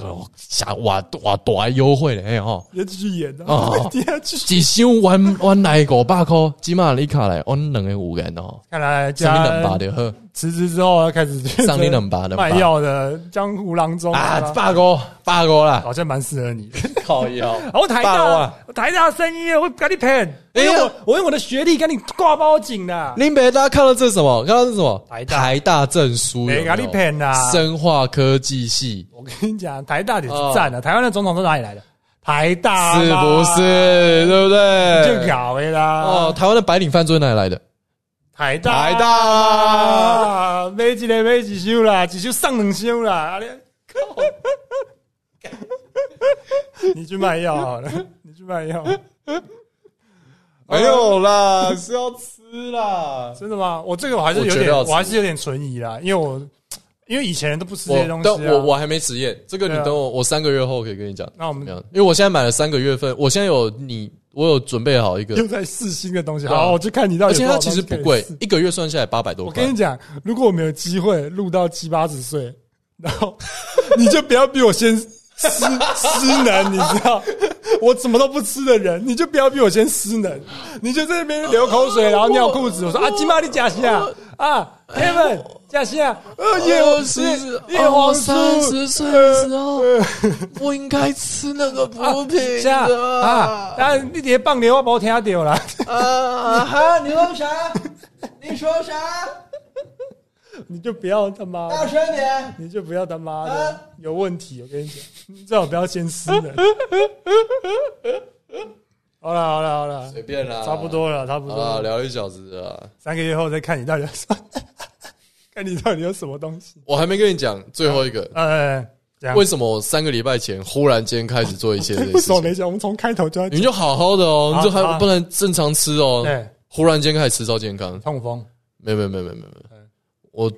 C: 哎
D: 下哇哇大的优惠嘞吼！
B: 要继续演
D: 哦
B: *laughs* 哦，你要继续。
D: 一箱原原来五百箍，今晚你卡来，阮两个有人哦，
B: 看来
D: 送你
B: 家
D: 两百就好。
B: 辞职之后开始
D: 上你冷吧冷吧
B: 啊卖药的江湖郎中
D: 啊，
B: 是吧
D: 八哥，八
C: 哦
D: 哥啦，
B: 好像蛮适合你的。
D: 靠腰，
B: 我台
D: 霸王
B: 大
D: 啊，
B: 台大生医，我跟你骗，我
D: 哎呀
B: 用我我用我的学历跟你挂包紧的，
D: 林北，大家看到这是什么？看到这是什么？
B: 台大
D: 大证书有没有，
B: 没咖喱片啊
D: 生化科技系
B: 我跟你讲，台大也是赞的，台湾的总统是哪里来的？台大
D: 哦是不
B: 嘛
D: 是？对不对？
B: 就搞的啦？
D: 哦，，台湾的白领犯罪哪里来的？
B: 台大
D: 台大啦，
B: 啊，买一个买一首啦，一首送两首啦，啊你靠！你去卖药好了，你去卖药，
D: 没有啦，是要吃啦。
B: 真的吗？我这个我还是有
D: 我觉得
B: 点，
D: 要
B: 我
D: 吃
B: 还是有点存疑啦，因为我因为以前都不吃这
D: 我
B: 些东西、啊
D: 但我我还没职业，这个你
B: 对啊嗯
D: 等我，我三个月后可以跟你讲。
B: 那我
D: 怎
B: 们
D: 么样？因为我现在买了三个月份，我现在有你，我有准备好一个
B: 又，在试新的东西。
D: 对啊
B: 好，我就看你到
D: 而
B: 底
D: 且
B: 有多
D: 它
B: 少
D: 其
B: 东
D: 实
B: 西
D: 不
B: 可以试。
D: 贵，啊一个月算下来八百多
B: 我
D: 块
B: 跟你。讲，如果我们有机会录到七八十岁，然后 *laughs* 你就不要比我先失失能，你知
D: *laughs*
B: 道？我怎么都不吃的人，你就不要比我先失能，你就在那边流口
D: 呃
B: 水，然后尿裤子。我说啊，金妈你假戏啊啊，Kevin 假戏啊，呃，叶黄素，叶黄呃素，
D: 哦岁的时候，不应该吃那个补品
B: 下啊，啊，你别放牛我把我听到啦。 *laughs*
D: 啊哈，你说 *laughs* 啥？
E: 你说啥？
B: 你就不要他妈的，
E: 大声点！
B: 你就不要他妈
D: 啊
B: 的有问题，我跟你讲，你最好不要先撕人。好了好了好了，
D: 随便啦，
B: 差不多了差不多
D: 啊，
B: 了，
D: 聊一小时啊。
B: 三个月后再看你到底有什么， *laughs* 看你到底有什么东西。
D: 我还没跟你讲最后一个，
B: 呃，这样
D: 为什么我三个礼拜前忽然间开始做一 *laughs* 些这些
B: *laughs* 为
D: 事
B: 什么啊
D: 情？
B: 没讲？我们从开头就要
D: 你就好好的哦，你就
B: 好
D: 还
B: 好
D: 不能正常吃哦。
B: 对
D: 忽然间开始吃到健康，
B: 哎痛风，
D: 没有没有没有没有没有，我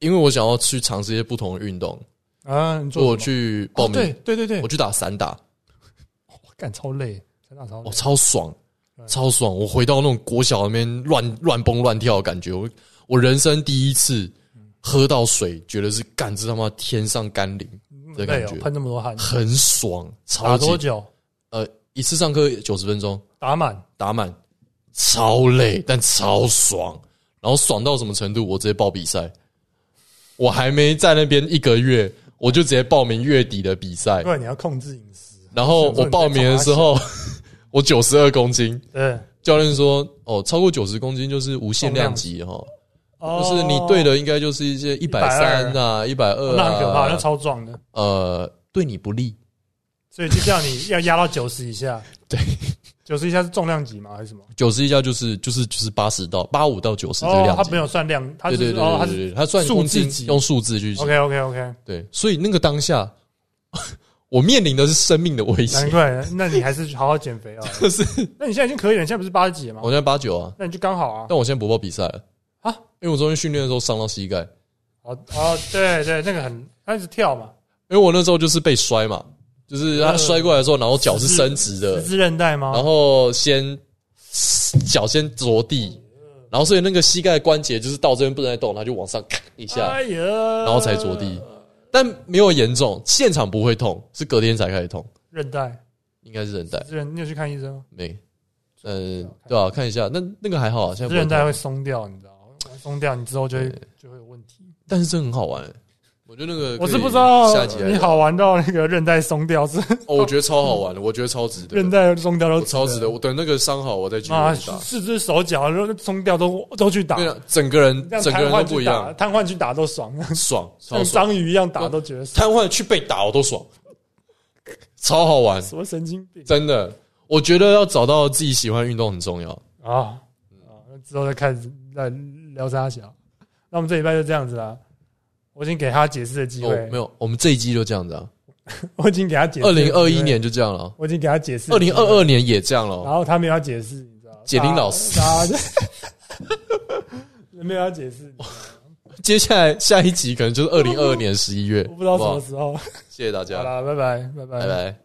D: 因为我想要去尝试一些不同的运动，
B: 嗯，你
D: 所以我
B: 做什么
D: 去报
B: 对
D: 名，
B: 对对对
D: 我，去打散打，
B: 干超累，真的超累
D: 我。超爽，超爽！我回到那种国小那边乱乱蹦乱跳的感觉，我我人生第一次喝到水，觉得是干这他妈天上甘霖的
B: 累
D: 感
B: 哦
D: 觉，
B: 喷这么多汗，
D: 很爽，超
B: 打
D: 级
B: 多久？
D: 呃，一次上课九十分钟，
B: 打满，
D: 打满，超累但超爽，然后爽到什么程度？我直接报比赛，我还没在那边一个月，我就直接报名月底的比赛
B: 不，然你要控制饮食。
D: 然后我报名的时候， *laughs* 我九十二公斤。
B: 对，
D: 教练说：“哦，超过九十公斤就是无限量级哈，
B: 哦
D: 就是你对，的应该就是一些一百三啊、一百二
B: 哦那很可怕，那
D: 啊，
B: 超壮的。
D: 呃，对你不利。
B: 所以就叫你要压到九十以下。
D: 对，
B: 九十以下是重量级吗？还是什么？
D: 九十以下就是就是就是八十到八五到九十这个
B: 哦，
D: 量
B: 他
D: 级
B: 没，有算量，他
D: 对
B: 是
D: 对
B: 哦，他
D: 对对
B: 是
D: 对，他算
B: 数
D: 公
B: 字
D: 斤
B: 级哦
D: 用数字去计，
B: OK OK OK，
D: 对，所以那个当下， *laughs* 我面临的是生命的危
B: 难
D: 险。
B: 怪，那你还是好好减肥
D: *laughs*
B: 啊。
D: 可是
B: 那你现在已经可以了，你现在不是八十几了吗
D: 我？现在八九啊，
B: 那你就刚好啊。
D: 但我现在不报比赛了
B: 啊，
D: 因为我昨天训练的时候伤到膝盖，
B: 哦哦，对对，那个很，他一直跳嘛，
D: 因为我那时候就是被摔嘛，就是他摔过来的时候，然后脚嗯是伸直的
B: 十，字韧带吗
D: 然？后先脚先着地，然后所以那个膝盖关节就是到这边不能再动，它就往上咔一下，
B: 哎呀，
D: 然后才着地，但没有严重，现场不会痛，是隔天才开始痛，
B: 韧带，
D: 应该是韧带
B: 十字韧，你有去看医生吗？
D: 没，
C: 呃
D: 嗯，对啊，看一下，那那个还好啊，现
B: 十字
D: 在不会
B: 韧带
D: 痛，
B: 会松掉，你知道吗？松掉，你之后就会就会有问题。
D: 但是这很好玩欸，
C: 我觉得那个
B: 我是
C: 可以
B: 不知道
C: 下集来
B: 你
C: 聊
B: 好玩到那个韧带松掉，是
C: 哦，我觉得超好玩的，我觉得超值得，
B: 韧带松掉都
C: 我超值得。我等那个伤好，我再继续
B: 啊，
C: 打。
B: 四只手脚都松掉都都去打
C: 对，啊，整个人
B: 这样
C: 整个
B: 瘫
C: 人都
B: 痪
C: 不
B: 去
C: 一
B: 打，
C: 样，
B: 瘫痪去打都爽，
C: 爽，超
B: 像
C: 爽。
B: 章鱼一样打都觉得爽，
C: 瘫痪去被打我都爽，超好玩，
B: 什么神经病
C: 真的。我觉得要找到自己喜欢的运动很重要。
B: 啊！啊，那之后再开始来聊沙小，那我们这礼拜就这样子啦。我已经给他解释的机
C: 哦
B: 会，，
C: 没有，我们这一季就这样子啊。
B: 我已经给他解释。
C: 二零二一，年就这样了啊，
B: 我已经给他解释。
C: 二零二，二年也这样了
B: 然
C: 哦。
B: 后他没有要解释，你知道？
C: 解铃老师
B: 大家，大家 *laughs* 没有要解释，
C: 接下来下一集可能就是二零二二年十一月，
B: 我不知道
C: 好
B: 什
C: 不好
B: 么时候。
C: 谢谢大
B: 好
C: 家，
B: 啦，拜拜，拜拜，
C: 拜拜。